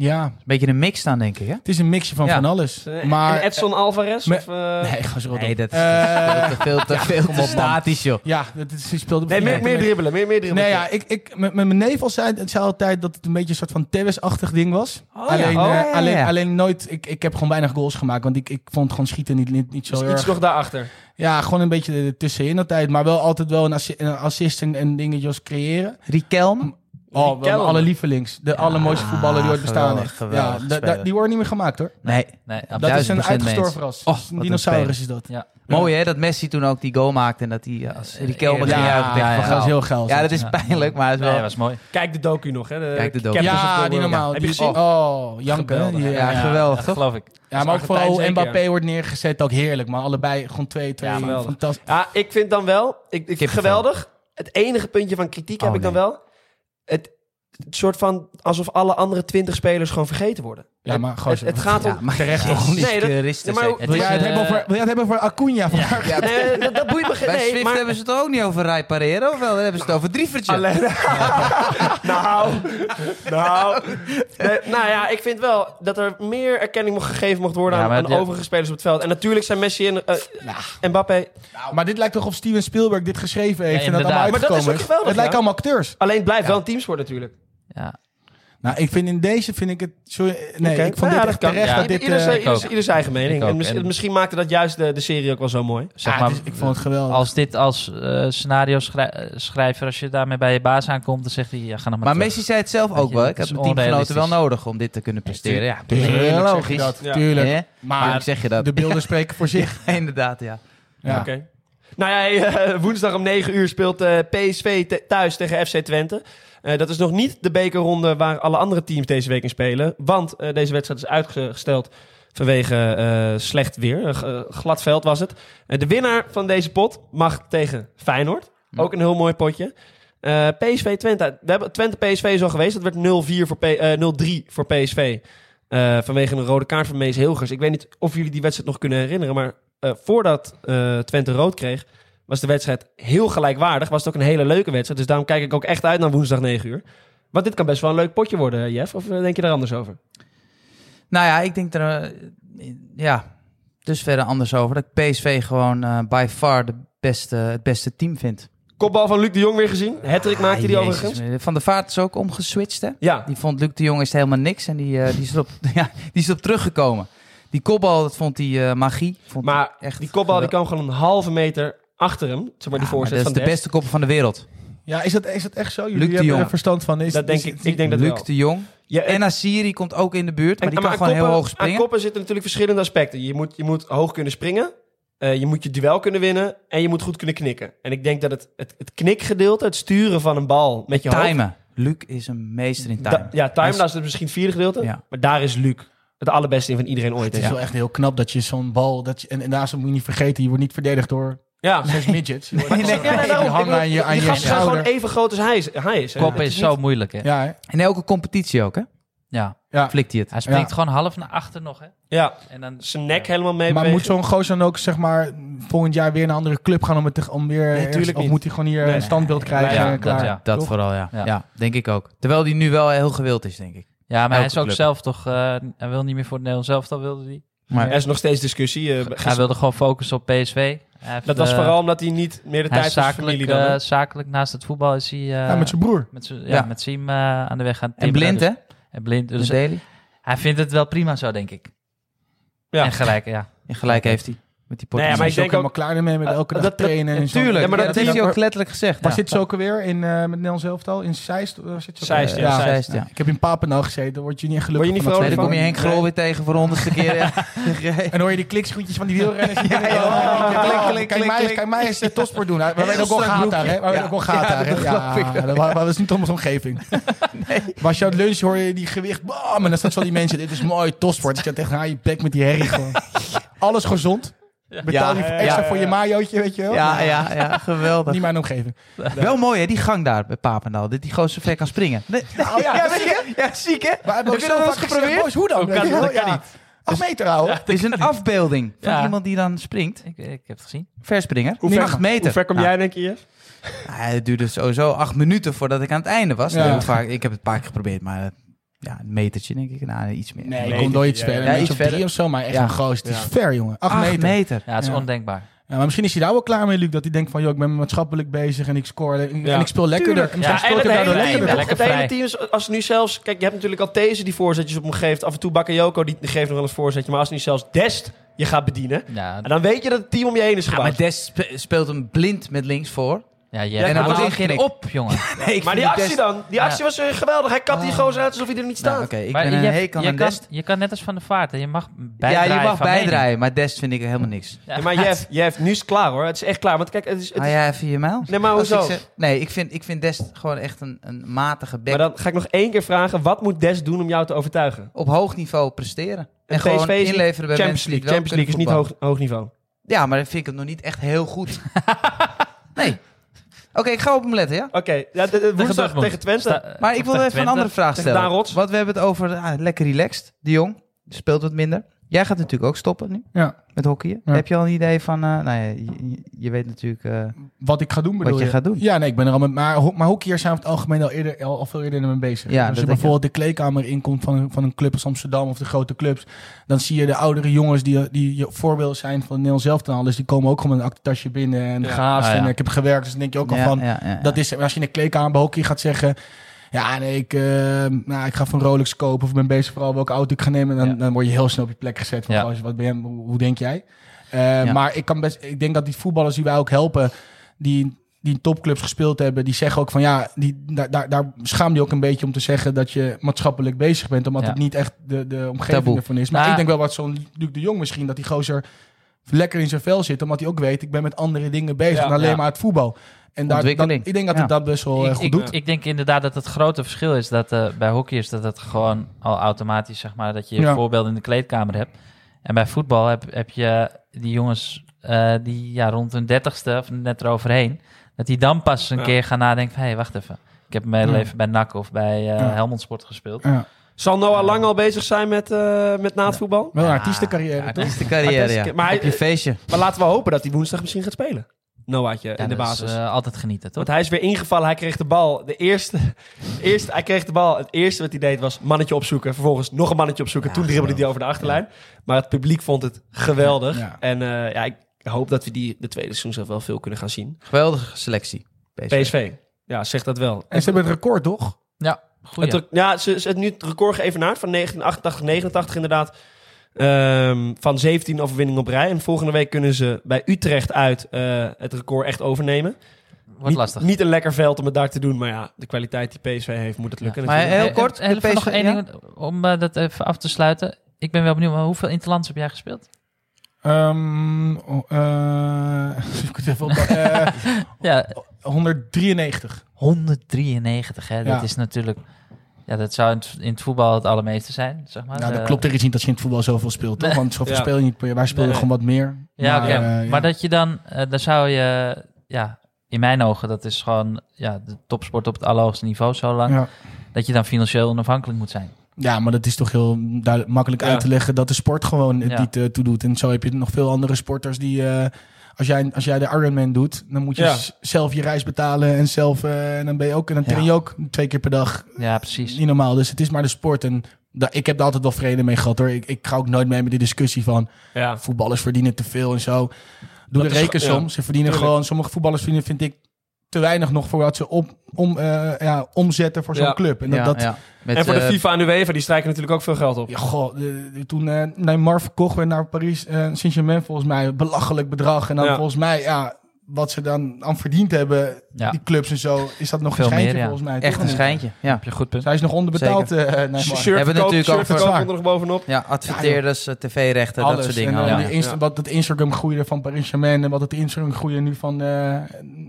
Ja,
Een beetje een mix dan, denk ik, hè?
het is een mixje van
Ja.
van alles.
Eh, en
Maar...
Edson Alvarez?
me-
of, eh,
nee, ga ze
Nee, dat is
Eh,
veel te, veel te, veel te statisch, joh.
Ja, dat is, die speelde...
nee, meer,
Ja.
meer dribbelen. Meer, meer dribbelen.
Nee, ja, ik, ik, met, met mijn neef al zei, het zei altijd dat het een beetje een soort van Tevez-achtig ding was. alleen,
ja.
eh,
Oh, ja, ja,
alleen,
ja.
alleen nooit, ik, ik heb gewoon weinig goals gemaakt, want ik, ik vond gewoon schieten niet, niet, niet zo
Dus
erg.
iets nog daarachter.
Ja, gewoon een beetje er tussenin altijd, maar wel altijd wel een, assi- een assist en, en dingetjes creëren.
Riquelme?
Oh, wel
Kelman.
mijn allerlievelings. De allermooiste voetballer die ooit bestaan
geweldig,
heeft.
geweldig
ja, da- da-
speler.
die worden niet meer gemaakt hoor.
Nee.
Nee,
Dat is een
1000%
uitgestorven ras.
Oh,
Dat is een
wat een
dinosaurus is dat.
Ja.
Mooi, hè? Dat Messi toen ook die goal maakte en dat hij eh, als Riquelme
Ja,
ging juichen tegen
ja,
Van
ja.
dat is
Gaal.
heel geil.
Ja,
zo.
dat is pijnlijk, maar het is
Nee,
wel...
dat was mooi.
Kijk de docu nog, hè? De
Kijk de docu.
Captains of
Ja,
the
die
World.
normaal.
Heb je
Die-
gezien?
Oh, janken.
Geweldig.
hè?
Ja, geweldig,
dat
toch?
geloof ik.
Ja, maar ook
Argentijn
vooral
zeker.
Mbappé wordt neergezet, ook heerlijk. Maar allebei gewoon twee, twee.
Ja, geweldig.
fantastisch.
Ja, ik vind dan wel... Ik, ik,
Kippenvel.
geweldig. Het enige puntje van kritiek heb
Oh,
ik dan
nee.
wel. Het, het soort van alsof alle andere twintig spelers gewoon vergeten worden.
Ja, maar gozer.
Het, het gaat om...
Ja, maar
Terecht
ja,
toch
niet?
Jezus
Nee, dat-
Christus,
Nee, maar-
hè.
Wil
is,
jij het
eh,
hebben over, wil jij het hebben over Acuna? Van
Ja,
Nee, dat, dat boeit me geen...
Bij
Nee,
Swift
maar...
hebben ze het ook niet over Rai Parero, of wel? Dan hebben ze het over Drievertje.
Alleen. nou, nou. Nee, nou ja, ik vind wel dat er meer erkenning mocht gegeven mocht worden
Ja,
aan,
maar Nou.
aan
het- ja.
overige spelers op het veld. En natuurlijk zijn Messi en eh, Mbappé.
Maar dit lijkt toch of Steven Spielberg dit geschreven heeft
Ja,
en dat allemaal
inderdaad. Maar
dat is
uitgekomen
ook geweldig,
Het lijkt
ja.
allemaal acteurs.
Alleen het blijft wel een teamsport natuurlijk.
Ja.
Nou, ik vind in deze vind ik het... Sorry, nee,
Oké.
ik vond
Nou ja,
dit
dat
echt
kan.
terecht
Ja.
dat
Ieder,
dit...
ieder
eh,
zijn-
ik
ieder,
ook.
zijn- ieder zijn eigen mening.
Ik ook.
En mis-
En-
misschien maakte dat juist de, de serie ook wel zo mooi.
Zeg
ja,
maar,
Ah, het is- ik vond het geweldig.
als dit als eh, scenario schrij- eh, schrijver, als je daarmee bij je baas aankomt, dan zegt hij, ja, ga nog maar
Maar
terug.
Messi zei het zelf ook
je,
wel.
het
Ik had
is
mijn teamgenoten wel
onrealistisch.
nodig om dit te kunnen presteren. Ja,
Tuurlijk
heel
zeg je
logisch.
dat,
Ja.
Tuurlijk.
Hè?
Maar
Tuurlijk zeg je dat.
de beelden spreken voor zich.
Ja, inderdaad, ja.
Ja.
Oké. Nou ja, hey, eh, woensdag om 9 uur speelt eh, PSV te- thuis tegen FC Twente. Eh, dat is nog niet de bekerronde waar alle andere teams deze week in spelen. Want eh, deze wedstrijd is uitgesteld vanwege eh, slecht weer. Een g- eh, glad veld was het. Eh, de winnaar van deze pot mag tegen Feyenoord. Ook een heel mooi potje. Eh, PSV Twente. We hebben Twente PSV is al geweest. Dat werd 0-4 voor P- eh, 0-3 voor PSV. Eh, vanwege een rode kaart van Mees Hilgers. Ik weet niet of jullie die wedstrijd nog kunnen herinneren. Maar eh, voordat eh, Twente rood kreeg, was de wedstrijd heel gelijkwaardig. Was het ook een hele leuke wedstrijd. Dus daarom kijk ik ook echt uit naar woensdag 9 uur. Want dit kan best wel een leuk potje worden, Jeff. Of eh, denk je daar anders over?
Nou ja, ik denk er... eh, ja, dus verder anders over. Dat ik PSV gewoon eh, by far de beste, het beste team vindt.
Kopbal van Luc de Jong weer gezien. Hattrick maakte die
Ah, jezus,
overigens.
Van der Vaart is ook omgeswitcht, hè?
Ja,
Die vond Luc de Jong is helemaal niks. En die, eh, die, is, erop, ja, die is erop teruggekomen. Die kopbal, dat vond hij eh, magie. Vond hij
maar
echt
die kopbal die
geweldig.
kwam gewoon een halve meter achter hem. Zeg maar die
Ja, maar
voorzet
dat is
van
de
Dest.
beste koppen van de wereld.
Ja, is dat, is dat echt zo? Jullie
Luc de
hebben
Jong.
er verstand van. Is,
Dat denk
is-
ik. Ik denk dat wel.
Luc de Jong.
Ja,
En Asiri komt ook in de buurt, maar die kan
aan
gewoon heel
koppen-
hoog
Aan
springen.
koppen zitten natuurlijk verschillende aspecten. Je moet, je moet hoog kunnen springen. eh, je moet je duel kunnen winnen. En je moet goed kunnen knikken. En ik denk dat het, het, het knikgedeelte, het sturen van een bal met je hoofd...
Timen. Luc is een meester in
da-
timen.
ja,
Hij
time,
is-
dat is het misschien vierde gedeelte.
Ja.
Maar daar is Luc het allerbeste in van iedereen ooit.
Het is
Ja.
wel echt heel knap dat je zo'n bal... Dat je, en, en daarnaast moet je niet vergeten, je wordt niet verdedigd door
Ja.
zes midgets. Je wordt
Nee, nee,
gewoon
Ja, daarom.
die hangen aan je, aan
Die
je
gasten zijn gewoon
schouder.
even groot als hij is. Hij is hè.
Koppen is zo moeilijk, hè? Ja.
Ja, hè?
In elke competitie ook, hè? Flikt hij het.
Hij springt
Ja.
gewoon half naar achter nog, hè?
Ja,
En dan...
zijn nek helemaal mee
maar
bewegen.
moet zo'n gozer dan ook zeg maar volgend jaar weer naar een andere club gaan om, het te, om weer... ergens-
tuurlijk
of
niet.
moet hij gewoon hier
Nee.
een standbeeld krijgen?
Ja,
en
dat
klaar,
ja.
Dat
toch?
vooral, ja. ja.
Ja.
denk ik ook. Terwijl die nu wel heel gewild is, denk ik.
Ja, maar hij is
Elke
ook
club.
zelf toch... eh, hij wil niet meer voor het Nederlands zelf, dat wilde hij.
Maar
Er is nog steeds discussie. eh,
Hij
gisteren-
wilde gewoon focussen op PSV. Hij heeft,
dat was
eh,
vooral omdat hij niet meer de
hij is
tijd had voor
zakelijk,
familie dan. hè?
eh, zakelijk naast het voetbal is hij... eh,
Ja, met zijn broer.
met z'n- ja,
Ja.
met Siem eh, aan de weg gaan
en
timmeren.
blind,
Dus-
hè?
En blind. Dus
Dus Daly.
hij vindt het wel prima zo, denk ik.
Ja.
eh, En gelijk, ja.
En gelijk heeft hij. Met die
Nee,
Portugees.
maar
Dus Hij
ik
is
denk
ook helemaal klaar ermee met
Eh,
elke dag
dat- dat-
trainen. en zo.
tuurlijk.
Ja, maar dat,
Ja,
heeft hij
dat-
ook letterlijk gezegd.
Waar
ja.
zit ze ook alweer in eh, met Nederlands elftal? In Zeist? Waar zit ze ook
Zeist,
alweer?
ja,
Ja,
Zeist.
Zeist, ja.
Ik heb in Papendal gezeten, daar word je niet echt gelukkig
Word je niet
van dat
Nee, dan kom je
spelen.
Henk Grol weer tegen voor de honderdste keer. ja. Ja.
En hoor je die klikschoentjes van die wielrenners.
Ja, ja.
Oh,
Klik, klik,
Kijk mij eens-
klik.
kijk mij eens eh, topsport doen. hè. We weten ook wel
strak
gaat daar, hè?
broekje.
We weten
Ja.
ook wel
Ja,
gaat daar, hè?
dat
Ja,
geloof ik.
dat wa- wa- was niet om onze omgeving. Was je aan het lunch, hoor je die gewicht. Bam, en dan staan zo die mensen. Dit is mooi, topsport. Ik zat echt naar je bek met die herrie gewoon. Alles gezond. Betaal je
Ja,
extra
ja.
voor je majootje, weet je wel. Nou,
Ja, ja, ja, geweldig.
Niet mijn omgeving.
Wel mooi, hè, die gang daar bij Papendal. Dat die gozer ver kan springen. Nee,
Nou,
ja, weet je? Ja, ziek, hè?
Maar hebben
Heb
we
je dat
Oh, ook zo
wel eens
vaak gezegd,
geprobeerd?
boys, hoe dan?
kan-
Weet je wel?
dat kan
Ja. Acht meter, ouwe.
Het is een afbeelding van
Ja.
iemand die dan springt.
Ik, ik heb het gezien.
Verspringer.
Hoe
Nee,
ver-
acht meter.
Hoe ver kom
Nou,
jij, denk je, Jeff?
ah, het duurde sowieso acht minuten voordat ik aan het einde was.
Ja.
Heel vaak, ik heb het een paar keer geprobeerd, maar eh, Ja, een metertje denk ik. Nou, iets meer.
Nee,
Acht
ik
Nee,
kom
dit-
nooit iets
ja,
verder.
ja,
Een
iets
beetje op drie
verder.
of zo, maar echt
Ja.
een goos. Het is
Ja.
ver, jongen. Acht, meter.
meter.
Ja, het is
Ja.
ondenkbaar.
Ja, maar misschien is hij daar wel klaar mee, Luc. Dat hij denkt van, joh, ik ben maatschappelijk bezig en ik score. En,
Ja.
en ik speel lekkerder.
Tuurlijk.
En misschien
en
speel ik
het
hem nou
hele
daardoor
lekker
team,
vrij.
lekkerder.
het
Lekker
hele
vrij.
team is, als nu zelfs... Kijk, je hebt natuurlijk al deze die voorzetjes op hem geeft. Af en toe Bakayoko, die, die geeft nog wel eens voorzetje. Maar als nu zelfs Dest je gaat bedienen...
Ja,
En dan weet je dat het team om je heen is
Ja,
gebouwd.
maar Des spe- speelt hem blind met links voor.
ja,
Ja,
je
en dan
haalt
wordt
geen
ingeknikt.
op, jongen.
Nee, ik
Maar die
vind
actie
Des-
dan, die actie
Ja.
was eh, geweldig. Hij kapt die gozer uit alsof hij er niet
Nou,
staat.
Oké, ik
Maar
ben een
je,
hekel
je
aan
kan,
Des.
je kan net als van de vaart. hè. Je mag
Ja,
bijdraaien.
je mag
van mening.
bijdraaien, maar Des vind ik helemaal niks.
Ja, maar Jeff, Jeff, nu is het klaar hoor. Het is echt klaar. Want kijk, het is... Het
Ah
is-
ja, even je mijl?
Nee, maar
Als
hoezo?
ik zeg- nee, ik vind, ik vind Des gewoon echt een, een matige bek.
Maar dan ga ik nog één keer vragen. Wat moet Des doen om jou te overtuigen?
Op hoog niveau presteren. En
Het
gewoon
PSV is
inleveren bij
Champions
mensen die
League.
het wel
Champions League is niet
kunnen
hoog, hoog niveau.
voetballen. Ja, maar dan vind ik het nog niet echt heel goed. nee. Oké, ik ga op hem letten, ja?
Oké, ja, de- de- woensdag
Dortmund.
tegen Twente.
Sta-
Maar ik wil even een andere vraag
Tegen
stellen.
Daan Rots.
Want we hebben het over ah, lekker relaxed. De Jong speelt wat minder. Jij gaat natuurlijk ook stoppen nu
Ja.
met hockeyen.
Ja.
Heb je al een idee van... eh, nou ja, je, je- je weet natuurlijk... eh,
Wat ik ga doen, bedoel
je gaat doen.
Ja, nee, ik ben er al met... Maar, ho- maar hockeyers zijn over het algemeen al, eerder, al, al veel eerder mee bezig.
Ja, dat
Als je
denk ik
bijvoorbeeld de kleedkamer inkomt van een, van een club als Amsterdam of de grote clubs... dan zie je de oudere jongens die, die je voorbeeld zijn van Nederland zelf en alles... die komen ook gewoon met een actetasje binnen en
Ja.
gehaast.
Ah, ja.
En ik heb gewerkt, dus dan denk je ook al van...
ja, ja.
Dat is, als je in de kleedkamer bij hockey gaat zeggen... Ja, nee, ik, eh, nou, ik ga van Rolex kopen of ik ben bezig vooral welke auto ik ga nemen. Dan,
Ja.
dan word je heel snel op je plek gezet. Van,
Ja.
gozer, wat ben jij, hoe, hoe denk jij? Eh,
Ja.
Maar ik, kan best, ik denk dat die voetballers die wij ook helpen, die, die in topclubs gespeeld hebben, die zeggen ook van ja, die, daar, daar, daar schaam je ook een beetje om te zeggen dat je maatschappelijk bezig bent. Omdat
Ja.
het niet echt de, de omgeving
Taboe.
ervan is. Maar
Nou,
ik denk wel wat zo'n Luc de Jong misschien, dat die gozer lekker in zijn vel zit. Omdat hij ook weet, ik ben met andere dingen bezig
Ja.
dan alleen
Ja.
maar het voetbal. En daar, dat,
Ontwikkeling.
ik denk dat het
Ja.
dat best wel eh,
ik,
goed
ik,
doet.
ik denk inderdaad dat het grote verschil is dat eh, bij hockey is dat het gewoon al automatisch, zeg maar, dat je
Ja.
voorbeelden in de kleedkamer hebt. En bij voetbal heb, heb je die jongens eh, die ja, rond hun dertigste of net eroverheen, dat die dan pas een
Ja.
keer gaan nadenken van, hé, hey, wacht even. Ik heb mijn hele
Ja.
leven bij NAC of bij eh,
Ja.
Helmond Sport gespeeld.
Ja.
Zal Noah Lang al bezig zijn met, eh met na het voetbal?
Wel een
Ja,
artiestencarrière, toch?
Artiestencarrière, ja.
Maar hij-
Op je feestje.
Maar laten we hopen dat hij woensdag misschien gaat spelen. Noahje
Ja,
in de
dat is,
basis.
eh, altijd genieten, toch?
Want hij is weer ingevallen. Hij kreeg de bal. De eerste, eerste, hij kreeg de bal. Het eerste wat hij deed was mannetje opzoeken. Vervolgens nog een mannetje opzoeken.
Ja,
Toen dribbelde hij over de achterlijn. Maar het publiek vond het geweldig.
Ja.
En eh, ja, ik hoop dat we die de tweede seizoen zelf wel veel kunnen gaan zien.
Geweldige selectie. PSV.
PSV. Ja, zeg dat wel.
En ze hebben het record, toch?
Ja,
Het,
goed.
rec- ja, ze, ze het nu het record geëvenaard van 1988, 89 inderdaad. Ehm, van 17 overwinningen op rij. En volgende week kunnen ze bij Utrecht uit eh, het record echt overnemen.
Wordt
niet,
lastig.
Niet een lekker veld om het daar te doen. Maar ja, de kwaliteit die PSV heeft, moet het lukken.
Maar
natuurlijk.
heel kort,
Eh, eh,
de
even nog
PSV,
één
ja?
ding om eh, dat even af te sluiten. Ik ben wel benieuwd, maar hoeveel interlands heb jij gespeeld?
Ehm, oh, eh, ik moet even op- eh,
Ja,
193.
193, hè?
Ja.
Dat is natuurlijk... Ja, dat zou in het, in het voetbal het allermeeste zijn, zeg maar.
Nou, dat
Eh,
klopt er iets niet dat je in het voetbal zoveel speelt, toch?
Nee.
Want zoveel
Ja.
speel je niet per jaar. Wij spelen
Nee.
gewoon wat meer.
Ja, oké.
eh, ja.
Maar dat je dan... eh, dan zou je... Ja, in mijn ogen, dat is gewoon ja, de topsport op het allerhoogste niveau zo lang.
Ja.
Dat je dan financieel onafhankelijk moet zijn.
Ja, maar dat is toch heel duidelijk, makkelijk
Ja.
uit te leggen dat de sport gewoon het
Ja.
niet eh, toe doet. En zo heb je nog veel andere sporters die. eh, als jij, als jij de Ironman doet, dan moet je
Ja.
z- zelf je reis betalen en zelf. eh, en dan ben je ook. En dan train je ook twee keer per dag.
Ja, precies.
Niet normaal. Dus het is maar de sport. En da- ik heb daar altijd wel vrede mee gehad hoor. Ik, ik ga ook nooit mee met die discussie van
ja.
voetballers verdienen te veel en zo. Doe
Dat
de
is-
rekensom.
ja,
Ze verdienen
tuurlijk.
gewoon. Sommige voetballers verdienen, vind ik, te weinig nog voor wat ze op, om, eh, ja, omzetten voor zo'n
Ja.
club. En dat,
Ja,
dat,
ja. Met,
En voor de
eh,
FIFA en de UEFA, die strijken natuurlijk ook veel geld op.
ja, goh, de- de- toen eh, Neymar verkocht werd naar Paris eh, Saint-Germain, volgens mij, belachelijk bedrag. En dan
Ja.
volgens mij, ja, wat ze dan aan verdiend hebben,
Ja.
die clubs en zo, is dat nog
Veel
een schijntje
meer, ja.
volgens mij.
Echt
toch?
een schijntje, ja.
Heb je een goed punt.
Zij is nog onderbetaald, eh Neymar.
Shirt
Ja,
verkoop,
Hebben natuurlijk
shirt
ook
verkoop
zwaar.
onder nog bovenop.
Ja, adverteerders, eh, tv-rechten, dat
alles.
soort dingen.
En, eh,
allemaal.
die Insta-
Ja.
Wat het Instagram groeide van Paris Saint-Germain en wat het Instagram groeide nu van eh,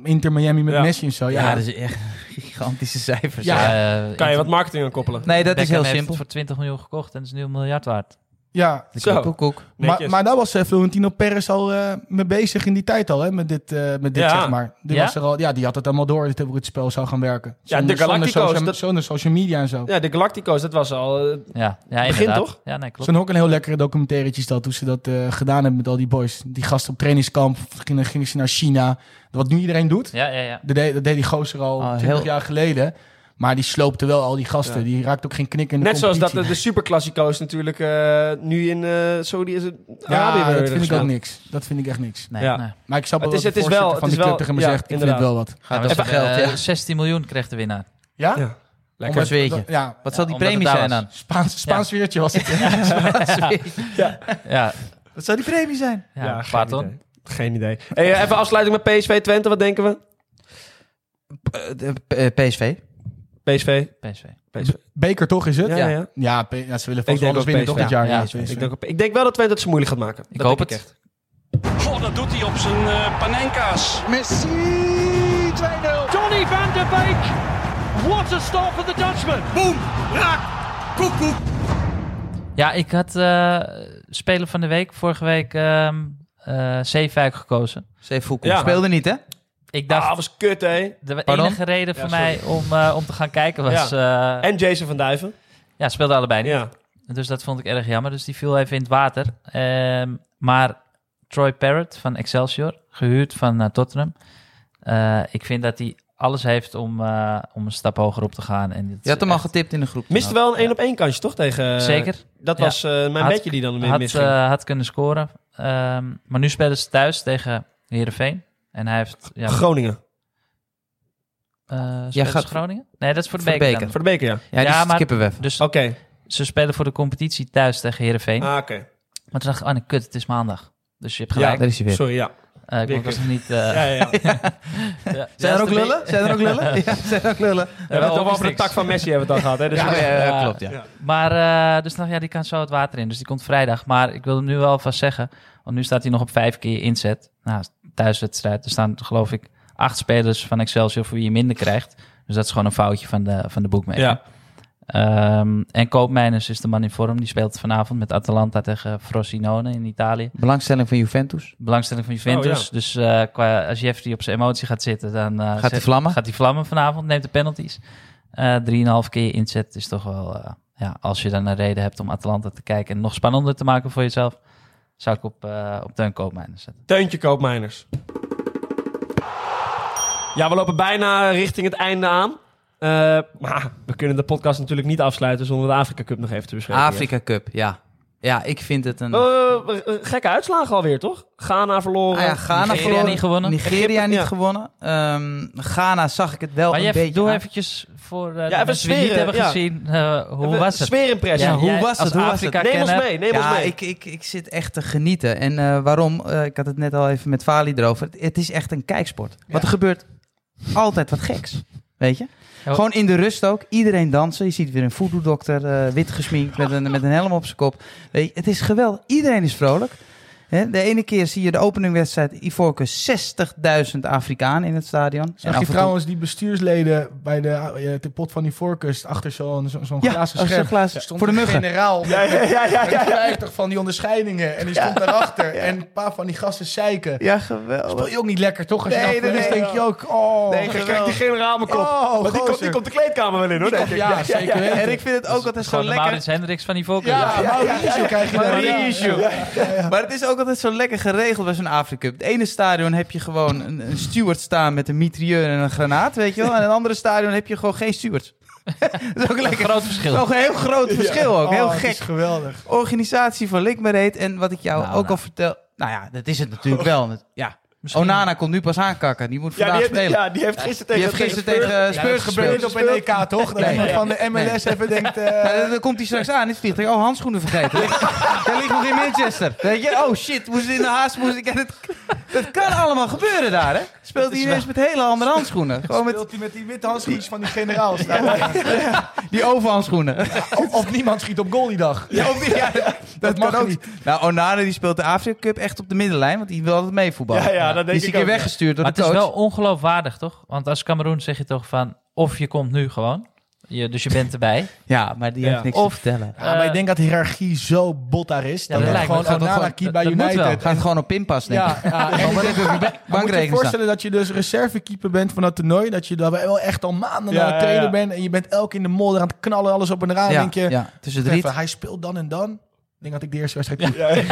Inter Miami met
Ja.
Messi en zo.
ja.
Ja,
dat is echt gigantische cijfers.
Ja.
ja.
Eh,
Kan je wat
Inter-
marketing aan koppelen.
Nee, dat is
Beckham
heel
heeft
simpel.
het voor 20 miljoen gekocht en is nu een miljard waard.
ja.
De
Zo.
koekoek.
Maar,
Netjes.
maar daar was eh, Florentino Perez al eh, mee bezig in die tijd al, hè? Met dit, eh, met dit
Ja.
zeg maar. Die,
Ja?
was er al, ja, die had het allemaal door, dit, hoe het spel zou gaan werken.
Ja,
Zonder-
de Galactico's,
Zonder social,
dat-
zonder social media en zo.
ja, de Galactico's, dat was al... eh,
Ja, ja
Begin
inderdaad.
toch?
Ja, nee, klopt.
Zo'n ook een heel lekkere documentairetje is dat, hoe ze dat eh, gedaan hebben met al die boys. Die gasten op trainingskamp, gingen, gingen ze naar China. Wat nu iedereen doet,
Ja, ja, ja.
dat deed, dat deed die gozer al
Ah,
20
heel-
jaar geleden. Maar die sloopte wel al die gasten.
Ja.
Die raakte ook geen knik in de
Net zoals dat de,
competitie.
de superklassico's natuurlijk eh, nu in eh Saudi is het Arabië
Ja,
weer
dat
worden
vind ik ook
gespeeld.
niks. Dat vind ik echt niks.
Nee,
Ja.
nee.
Maar ik snap wel
Het is-
dat de
het is wel- het
voorzitter van de
is wel-
club tegen me
ja,
zegt, ik vind
inderdaad.
het wel wat.
Gaat
Even
over geld,
eh,
ja.
16 miljoen kreeg de winnaar.
Ja?
Ja.
Lekker
Lekker.
zweertje.
Ja,
Wat zal die
omdat het
premie
daar
zijn
was.
dan?
Spaans, Spaans weertje was het.
Ja,
Wat zou die premie zijn?
ja,
Ja,
ja
geen idee. Geen idee. Hey, eh, even afsluiting met PSV Twente. Wat denken we?
Eh, PSV.
PSV.
PSV.
PSV.
Beker toch is het?
Ja, ja. ja.
Ja, P- ja, ze willen
denk
volgens mij alles
ook
winnen
PSV.
toch dit jaar.
Ja,
Ja,
ja,
PSV.
Ik, denk, ook- ik denk wel dat Twente het zo moeilijk gaat maken.
Ik
Dat
hoop
denk
het.
echt.
Goh, dat doet hij op zijn eh, panenka's.
Johnny van der Beek. What a stop for the Dutchman.
Ja, ik had eh, Speler van de Week vorige week ehm eh, Zeefuik gekozen.
Zeevoekel.
Ja.
Speelde niet, hè?
Ik dacht,
Ah, was kut, hè?
de
Pardon?
enige reden
Ja,
voor
sorry.
mij om, eh, om te gaan kijken was... Ja,
En Jason van Duiven.
ja speelden allebei niet.
Ja.
Dus dat vond ik erg jammer. Dus die viel even in het water. Ehm, maar Troy Parrott van Excelsior, gehuurd van eh, Tottenham. Eh, ik vind dat hij alles heeft om, eh, om een stap hoger op te gaan. En dit
Je had
is
hem al
echt-
getipt in de groep.
Miste wel een één op één kansje, toch? Tegen, eh,
Zeker.
Dat
Ja.
was eh, mijn
Had-
bedje die dan weer
had,
misging.
eh, had kunnen scoren. Ehm, maar nu spelen ze thuis tegen Heerenveen. En hij heeft... Ja,
Groningen.
eh, speelt
Jij
ze
gaat-
Groningen? Nee, dat is voor de
Voor de Oh.
beker.
beker.
dan.
Voor de beker, ja.
Ja, die
Ja, maar-
skippen we even.
Dus
Oké.
ze spelen voor de competitie thuis tegen Heerenveen.
Ah, oké.
Maar toen dacht ik, oh nee, kut, het is maandag. Dus je hebt
Ja,
gelijk.
Daar is hij weer.
Sorry, ja.
Eh, ik
weer
was
kut.
nog niet... eh,
Ja, ja, ja. We
ja.
Zijn er ook
Ja, is de
lullen? Zijn er ook lullen? Ja, zijn er ook lullen?
be-
hebben
Ja,
het toch wel over de
niks.
tak van Messi hebben we het al gehad, hè? Dus
Ja,
ja.
ja,
ja.
ja, klopt, ja.
Maar, eh, dus nou ja, die kan zo het water in. Dus die komt vrijdag. Maar ik wil hem nu wel vast zeggen. Want nu staat hij nog op vijf keer inzet. Nou, thuiswedstrijd. Er staan, geloof ik, acht spelers van Excelsior voor wie je minder krijgt. Dus dat is gewoon een foutje van de, van de boekmaker.
Ja.
Ehm, en Koopmeiners is de man in vorm. Die speelt vanavond met Atalanta tegen Frosinone in Italië.
Belangstelling van Juventus.
Belangstelling van Juventus.
Oh, ja.
Dus eh, qua, als Jeffrey op zijn emotie gaat zitten, dan eh, zet-
hij vlammen?
Gaat hij vlammen vanavond, neemt de penalties. Eh, Drieënhalf keer inzet is toch wel... eh, ja, als je dan een reden hebt om Atalanta te kijken en nog spannender te maken voor jezelf, zou ik op, eh op Teun Koopmijnen zetten.
Teuntje Koopmeiners. Ja, we lopen bijna richting het einde aan. Eh, maar we kunnen de podcast natuurlijk niet afsluiten zonder de Afrika Cup nog even te bespreken.
Afrika Cup, ja. Ja, ik vind het
Oh,
een...
Eh, eh, eh, gekke uitslagen alweer, toch? Ghana verloren.
Ah ja, Ghana
Nigeria
verloren.
niet gewonnen.
Nigeria
Egypte,
niet
ja.
gewonnen. Ehm, Ghana zag ik het wel
Maar
een
Jeff,
beetje
doe
aan.
eventjes voor eh de
even
mensen die het niet
sferen,
hebben
ja.
gezien, eh, hoe
Even
was het?
Sfeerimpressie.
Ja,
hoe
jij
was het?
als
Hoe was het?
Afrika
Neem ons
kenner-
mee, neem ons
ja,
mee.
ik, ik, ik zit echt te genieten. En eh, waarom? Eh, ik had het net al even met Vali erover. Het, het is echt een kijksport. Wat er gebeurt, altijd wat geks. Weet je?
Ja.
Gewoon in de rust ook. Iedereen dansen. Je ziet weer een voodoo-dokter, eh, wit gesminkt, met een, met een helm op zijn kop. Weet je, het is geweldig. Iedereen is vrolijk. Hè, de ene keer zie je de openingwedstrijd Ivorcus 60.000 Afrikanen in het stadion. En
Zag
af
je
en toe-
trouwens die bestuursleden bij de, eh, de pot van die voorkust achter zo'n zo, zo'n
Ja,
glazen
oh, zo'n
scherm?
glazen-
Stond
voor de
een
muggen.
generaal
Ja, ja, ja, ja,
met
ja.
50 van die onderscheidingen en die stond daarachter. En een paar van die gasten zeiken.
Ja,
Speel
geweldig.
je ook niet lekker, toch? Als je
Nee,
nee,
nee, nee,
denk je ook, oh.
Nee,
Dan krijgt die generaal mijn kop.
Oh,
Want die,
gozer.
komt, die komt de kleedkamer wel in, hoor.
Ja,
Denk ik.
ja, zeker weten.
En ik vind het ook altijd zo
Gewoon de
lekker.
Maurits Hendricks van die Volker.
Ja, Mauricio krijg je dan.
Mauricio.
Ja.
Maar het is ook altijd zo lekker geregeld bij zo'n Afrika Cup. Het ene stadion heb je gewoon een, een steward staan met een mitrieur en een granaat, weet je wel. En het andere stadion heb je gewoon geen stewards. dat is ook lekker.
Groot verschil.
Nog een heel groot verschil ook.
Oh,
heel
het
gek.
is geweldig.
Organisatie van Likmereet en wat ik jou
Nou,
ook
nou.
al vertel... Nou ja, dat is het natuurlijk wel. Ja.
Misschien-
Onana komt nu pas aankakken. Die moet
Ja,
vandaag
die heeft,
spelen.
ja, die heeft gisteren
Die
tegen...
heeft gisteren tegen Spurs
Speelt
gespeeld.
op een EK, toch? Dat
Nee.
iemand van de MLS even denkt... eh,
Maar dan- dan komt hij straks aan in het vliegtuig. Oh, handschoenen vergeten. Hij ligt nog in Manchester. Weet je? Oh shit, moest in de haast. Moest ik... en het, dat kan allemaal gebeuren daar, hè? Speelt hij ineens met hele andere handschoenen. Gewoon met
Speelt hij met die witte handschoentjes van die generaal staan.
die overhandschoenen.
Of, of niemand schiet op goal die dag.
Ja, of die- ja, dat, dat
mag
kan ook
niet.
niet. Nou, Onana die speelt de Afrika Cup echt op de middenlijn, want die wil altijd meevoetballen.
Ja, ja, dat
die
denk
is een
ik
keer
ook. ja.
weggestuurd door
Maar
de
het is
coach.
wel ongeloofwaardig, toch? Want als Cameroen zeg je toch van... of je komt nu gewoon, je, dus je bent erbij. Eh,
Ja, maar die
Ja.
heeft niks
Of-
te vertellen.
Ja, Ah, maar ik denk dat de hiërarchie zo bot daar is.
dat
dat het
lijkt me.
gewoon
Gaat dat
Onana
gewoon-
key bij
dat moet wel.
United.
Gaat gewoon op pinpas, denk ik.
Ja, ja. En
Ah, maar
ik
dat is ook een
moet je je
bankrekening staan.
voorstellen dat je dus reservekeeper bent van dat toernooi. Dat je daar wel echt al maanden
Ja,
naar aan het
ja,
trainen
ja.
bent. En je bent elke in de modder aan het knallen, alles op en eraan.
Ja,
denk je,
ja, tussen de
"Wacht
riet.
even, hij speelt dan en dan. Ik denk dat ik de eerste wedstrijd doe.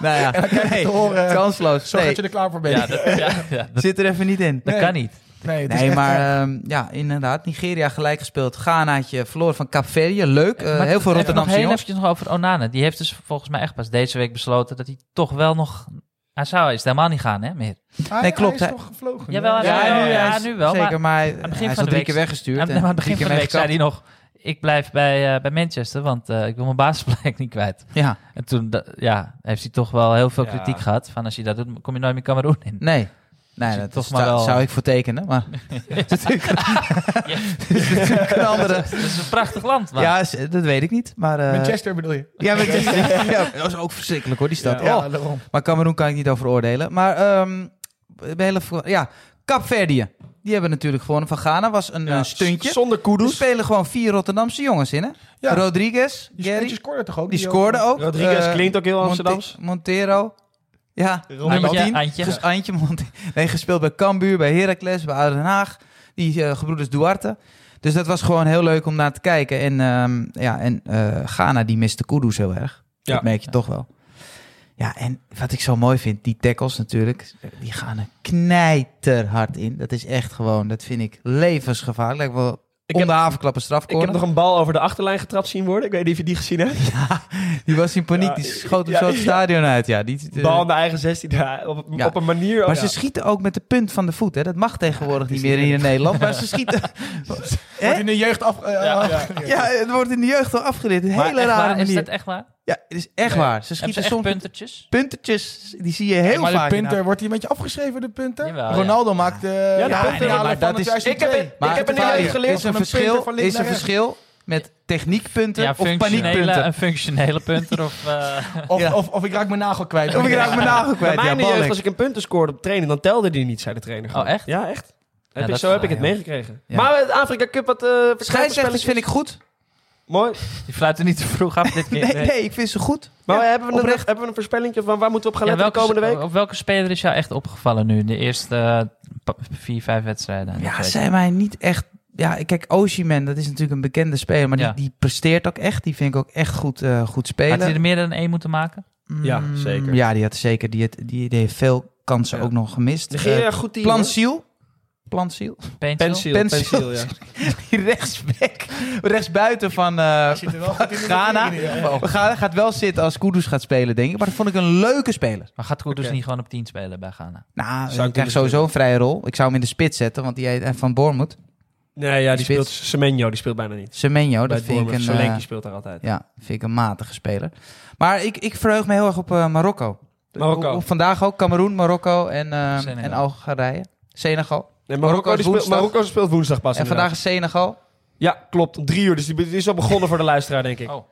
Nou ja,
te horen.
kansloos.
Zorg
Nee,
dat je er klaar voor bent.
Ja, dat, ja, ja, dat,
zit er even niet in.
dat kan niet.
Nee, het is
Nee,
echt,
maar
eh,
ehm, ja, inderdaad. Nigeria gelijk gespeeld. Ghanaatje, verloor van Capverje. Leuk. Eh,
Maar
heel
even
veel Rotterdamse
nog heel
jongens.
eventjes nog over Onana. Die heeft dus volgens mij echt pas deze week besloten dat hij toch wel nog... Hij zou is helemaal niet gaan, hè, meer.
hij-
nee, klopt,
Hij
hè?
is toch gevlogen?
Jawel,
hè?
hij- Ja, nu, ja,
hij is-
nu wel,
Zeker, maar hij,
het begin
hij is
van
al
de
drie
week-
keer weggestuurd.
Aan
en
aan het
drie
begin
keer
van de week zei hij
weggekapt.
nog... Ik blijf bij, eh, bij Manchester, want eh, ik wil mijn basisplek niet kwijt.
Ja,
En toen da- ja, heeft hij toch wel heel veel
Ja.
kritiek gehad. Van als je dat doet, kom je nooit meer Cameroen in.
nee. Nee,
Dus het
dat
toch
is-
maar
zou,
wel-
zou ik voor tekenen, maar... Dus Het is natuurlijk het is natuurlijk een andere...
Dat is een prachtig land, man.
Ja, is- dat weet ik niet, maar... eh,
Manchester bedoel je?
Ja, Manchester. ja, dat is ook verschrikkelijk, hoor, die stad. Oh,
Ja, daarom.
Maar Cameroen kan ik niet over oordelen. Maar ehm de hele, vo- ja, Kapverdië. Die hebben natuurlijk gewonnen van Ghana. Was een,
Ja,
eh, stuntje.
s- Zonder
Er
kudos.
spelen gewoon vier Rotterdamse jongens in, hè?
Dus- Ja.
Rodriguez,
Die
Gary.
scoorde- die scoorde toch ook?
Die scoorde ook.
Rodriguez
Eh,
klinkt ook heel
Monte-
Amsterdams.
Montero. Ja, nummer
Antje,
10.
Antje.
Dus Antje Monte- Nee, gespeeld bij Cambuur, bij Heracles, bij Aden Haag. Die eh, gebroeders Duarte. Dus dat was gewoon heel leuk om naar te kijken. En, ehm, ja, en eh, Ghana, die miste Kudus heel erg.
Ja.
Dat merk je toch wel. Ja, en wat ik zo mooi vind, die tackles natuurlijk, die gaan er knijterhard in. Dat is echt gewoon, dat vind ik levensgevaarlijk. Lijkt wel
Ik
om
heb-
de havenklappen
Ik heb
strafcorner.
nog een bal over de achterlijn getrapt zien worden. Ik weet niet of je die gezien hebt.
Die was in paniek, die
Ja,
schoot hem
ja,
zo het
ja.
stadion uit. Ja, die, de-
Bal aan de eigen 16 daar. Op,
Ja.
op een manier. oh
Maar
ja.
ze schieten ook met de punt van de voet. Hè? Dat mag tegenwoordig niet meer hier in Nederland. Maar ze schieten.
Wordt
hè?
in de jeugd af... eh, afgekeerd.
Ja, het wordt in de jeugd al afgeleerd. Een
Maar
hele
echt waar?
rare
Is
manier.
dat echt waar?
Ja, het is echt waar. Ze
Hebben ze
schieten
echt
soms
puntertjes?
puntertjes. Die zie je heel
maar
vaak.
de
in
punter, wordt hij een beetje afgeschreven, de punter?
Jawel,
Ronaldo maakt eh, de
nee,
punter
maar
halen
dat
van
is-
het juiste
Ik heb
twee.
een-
Maar
ik heb in de
het
jeugd
is
geleerd
een
van een punter
verschil,
van links
is een
naar rechts.
verschil met techniekpunten
Ja,
of
functionele,
paniekpunten.
een functionele punter of... eh,
Of,
Ja.
of, of ik raak mijn nagel kwijt.
Of ik raak mijn nagel
Bij
kwijt.
mij
Ja,
in de jeugd,
ballen.
als ik een punten scoorde op training, dan telde die niet, zei de trainer. gewoon.
Oh, echt?
Ja, echt. Heb ik,
dat-
zo heb
ah,
ik het
joh.
meegekregen.
Ja.
Maar het Afrika Cup, wat uh,
Scheidsrechters vind ik goed.
Mooi.
die fluiten niet te vroeg af dit keer.
Nee, nee, ik vind ze goed.
Maar hebben, we een,
oprecht.
hebben we een voorspelling van waar moeten we op gaan
Ja,
letten de komende week?
Op welke speler is jou echt opgevallen nu in de eerste eh, pa- vier, vijf wedstrijden?
Ja, zijn mij niet echt. Ja, kijk, Osimhen, dat is natuurlijk een bekende speler, maar
Ja.
die, die presteert ook echt. Die vind ik ook echt goed, eh, goed spelen.
Had hij er meer dan één moeten maken?
Ja,
Mm,
zeker.
Ja, die had zeker. Die, had- die, die heeft veel kansen
Ja.
ook nog gemist.
Nigeria,
Eh,
goed team. hoor.
Plansiel. Plansiel.
Pencil?
Pensiel.
Pensiel.
Pensiel, ja.
Die rechtsback. Rechtsbuiten van eh,
Zit er wel goed in de
Ghana.
materie, ja.
Ghana gaat wel zitten als Kudus gaat spelen, denk ik. Maar dat vond ik een leuke speler.
Maar gaat Koerders
Oké.
niet gewoon op 10 spelen bij Ghana?
Nou,
Zou
hij
ik
krijgt
doen.
sowieso een vrije rol. Ik zou hem in de spits zetten, want die heet van Bournemouth.
Nee, ja, die
Spits.
speelt Semenyo, die speelt bijna niet.
Semenyo,
Bij
dat vind ik
Bournemouth.
een...
Solanke
eh,
speelt daar altijd.
Ja, vind ik een matige speler. Maar ik, ik verheug me heel erg op eh, Marokko.
Marokko.
Op- op Vandaag ook Cameroen, Marokko en, eh,
Senegal.
en Algerije. Senegal.
Nee, Marokko,
Marokko is
die speelt,
woensdag.
Marokko speelt woensdag pas.
en vandaag
inderdaad.
is
Oh,
Senegal.
Ja, klopt. Om drie uur. Dus die, die is al begonnen voor de luisteraar, denk ik.
Oh,
Oh,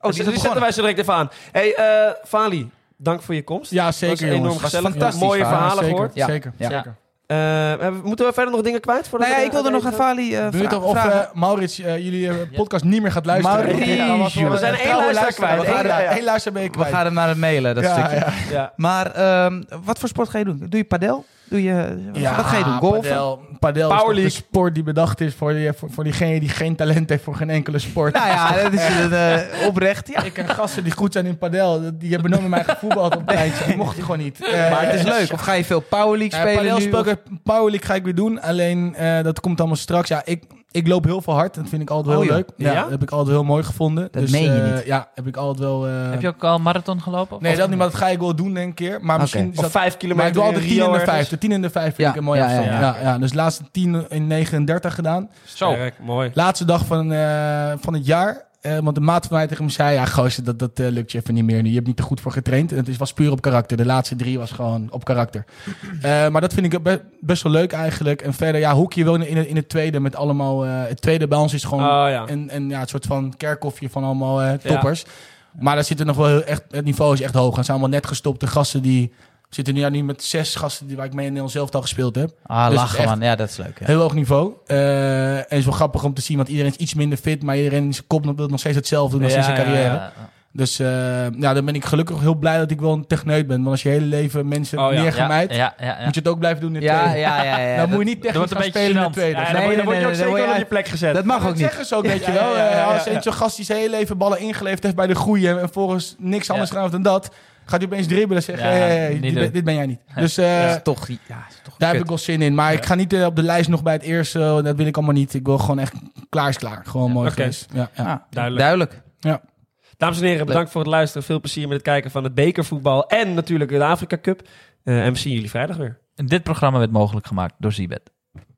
Dus
die
die
is
zetten
al begonnen.
wij zo direct even aan. hey, eh Fali, dank voor je komst.
Ja,
Dat
zeker,
was enorm
jongens.
Was
gezellig.
fantastisch,
Mooie
Fali.
verhalen
zeker,
gehoord.
Ja.
Zeker.
Ja.
zeker.
Eh, hebben- moeten we verder nog dingen kwijt? Voordat
Nou
we-
ja, ik wilde nog aan Fali eh,
Benieuwd
vra-
of eh,
vragen.
Maurits eh, jullie eh, podcast niet meer gaat luisteren. eh,
Maurits,
Ja, want
joh.
We zijn
een
één
trouwe
luisteraar
luisteraar.
kwijt.
We gaan
Eén-
er-
ja, ja.
één luisteraar ben je
We
kwijt.
gaan hem naar het mailen, dat
Ja,
stukje.
ja.
Ja.
Maar ehm, wat voor sport ga je doen? Doe je padel? Doe je, wat ga je doen? Golfen?
Padel, Ah, padel
Power
is toch de
League.
sport die bedacht is voor, die, voor, voor diegene die geen talent heeft voor geen enkele sport.
Nou ja, dat is een, eh, oprecht. Ja.
Ik ken gasten die goed zijn in padel. Die hebben nooit met mij gevoetbald op een tijdje. Dat mocht gewoon niet. Eh,
Maar het is leuk. Of ga je veel Power League
Ja,
spelen
Padel
nu?
speel ik- Power League ga ik weer doen. Alleen eh, dat komt allemaal straks. Ja, ik, ik loop heel veel hard. Dat vind ik altijd
Oh,
heel
joh.
leuk. Ja,
Ja?
Dat heb ik altijd heel mooi gevonden.
Dat
dus,
meen je
eh,
niet.
Ja, heb ik altijd wel. eh,
Heb je ook al marathon gelopen? Of-
Nee, dat niet. Maar dat ga ik wel doen denk een keer. Maar misschien. is
Of
dat-
vijf
maar
kilometer
ik doe altijd
in
10 en
Rio
de
ergens.
5. De 10 en de 5 vind
Ja,
ik een mooie
ja,
afstand.
ja,
Ja,
ja.
ja, Dus laatste 10 in 39 gedaan.
Zo.
Sterk, mooi.
Laatste dag van, eh, van het jaar. Eh, want de maat van mij tegen hem zei... Ja, gozer, dat, dat eh, lukt je even niet meer nu. Je hebt niet te goed voor getraind. En het is- was puur op karakter. De laatste drie was gewoon op karakter. Eh, maar dat vind ik be- best wel leuk eigenlijk. En verder, ja, hoekje wel in, in, het- in het tweede met allemaal... eh, het tweede bij ons is gewoon
Oh, ja.
een, een, ja, een soort van kerkhofje van allemaal eh, toppers. Maar daar zitten nog wel heel, echt, het niveau is echt hoog. Het zijn allemaal net gestopte gasten die... Zitten nu, ja, nu met zes gasten die, waar ik mee in Nederland zelf al gespeeld heb.
Ah,
Dus
lachen
echt-
man. Ja, dat is leuk. ja.
Heel hoog niveau. Eh, en het is wel grappig om te zien, want iedereen is iets minder fit, maar iedereen in zijn kop wil nog steeds hetzelfde doen als in zijn carrière.
Ja,
Dus eh, ja, dan ben ik gelukkig heel blij dat ik wel een techneut ben. Want als je hele leven mensen
Oh ja,
ja,
neergemaaid,
ja, ja, ja.
moet je het ook blijven doen in de
Ja,
tweede.
ja, ja. ja.
Dan moet
Dat-
je niet technisch
wordt een
gaan
beetje
spelen in de
gênant.
tweede.
Ja,
Nee,
dan, word je-
nee,
dan word je
nee,
ook
nee,
zeker wel
nee,
op je plek gezet.
Dat mag ook
Dat
niet.
zeggen ze ook, weet je wel.
ja, ja,
Eh, Als
ja,
een zo'n gast die zijn hele leven ballen ingelegd heeft bij de groei en volgens niks anders gedaan dan dat. Gaat hij opeens dribbelen en zeggen,
Ja,
hey, hey,
niet
dit,
doen.
ben, dit ben jij niet. Dus eh,
Dat is toch, ja, is toch
daar heb
kut.
ik wel zin in. Maar ik ga niet eh, op de lijst nog bij het eerste. Dat wil ik allemaal niet. Ik wil gewoon echt klaar is klaar. Gewoon mooi
oké.
geweest. Ja, ja.
Ah,
Duidelijk.
duidelijk.
ja.
Dames en heren, bedankt voor het luisteren. Veel plezier met het kijken van het bekervoetbal en natuurlijk de Afrika Cup. Eh, en we zien jullie vrijdag weer.
Dit programma werd mogelijk gemaakt door Zibet.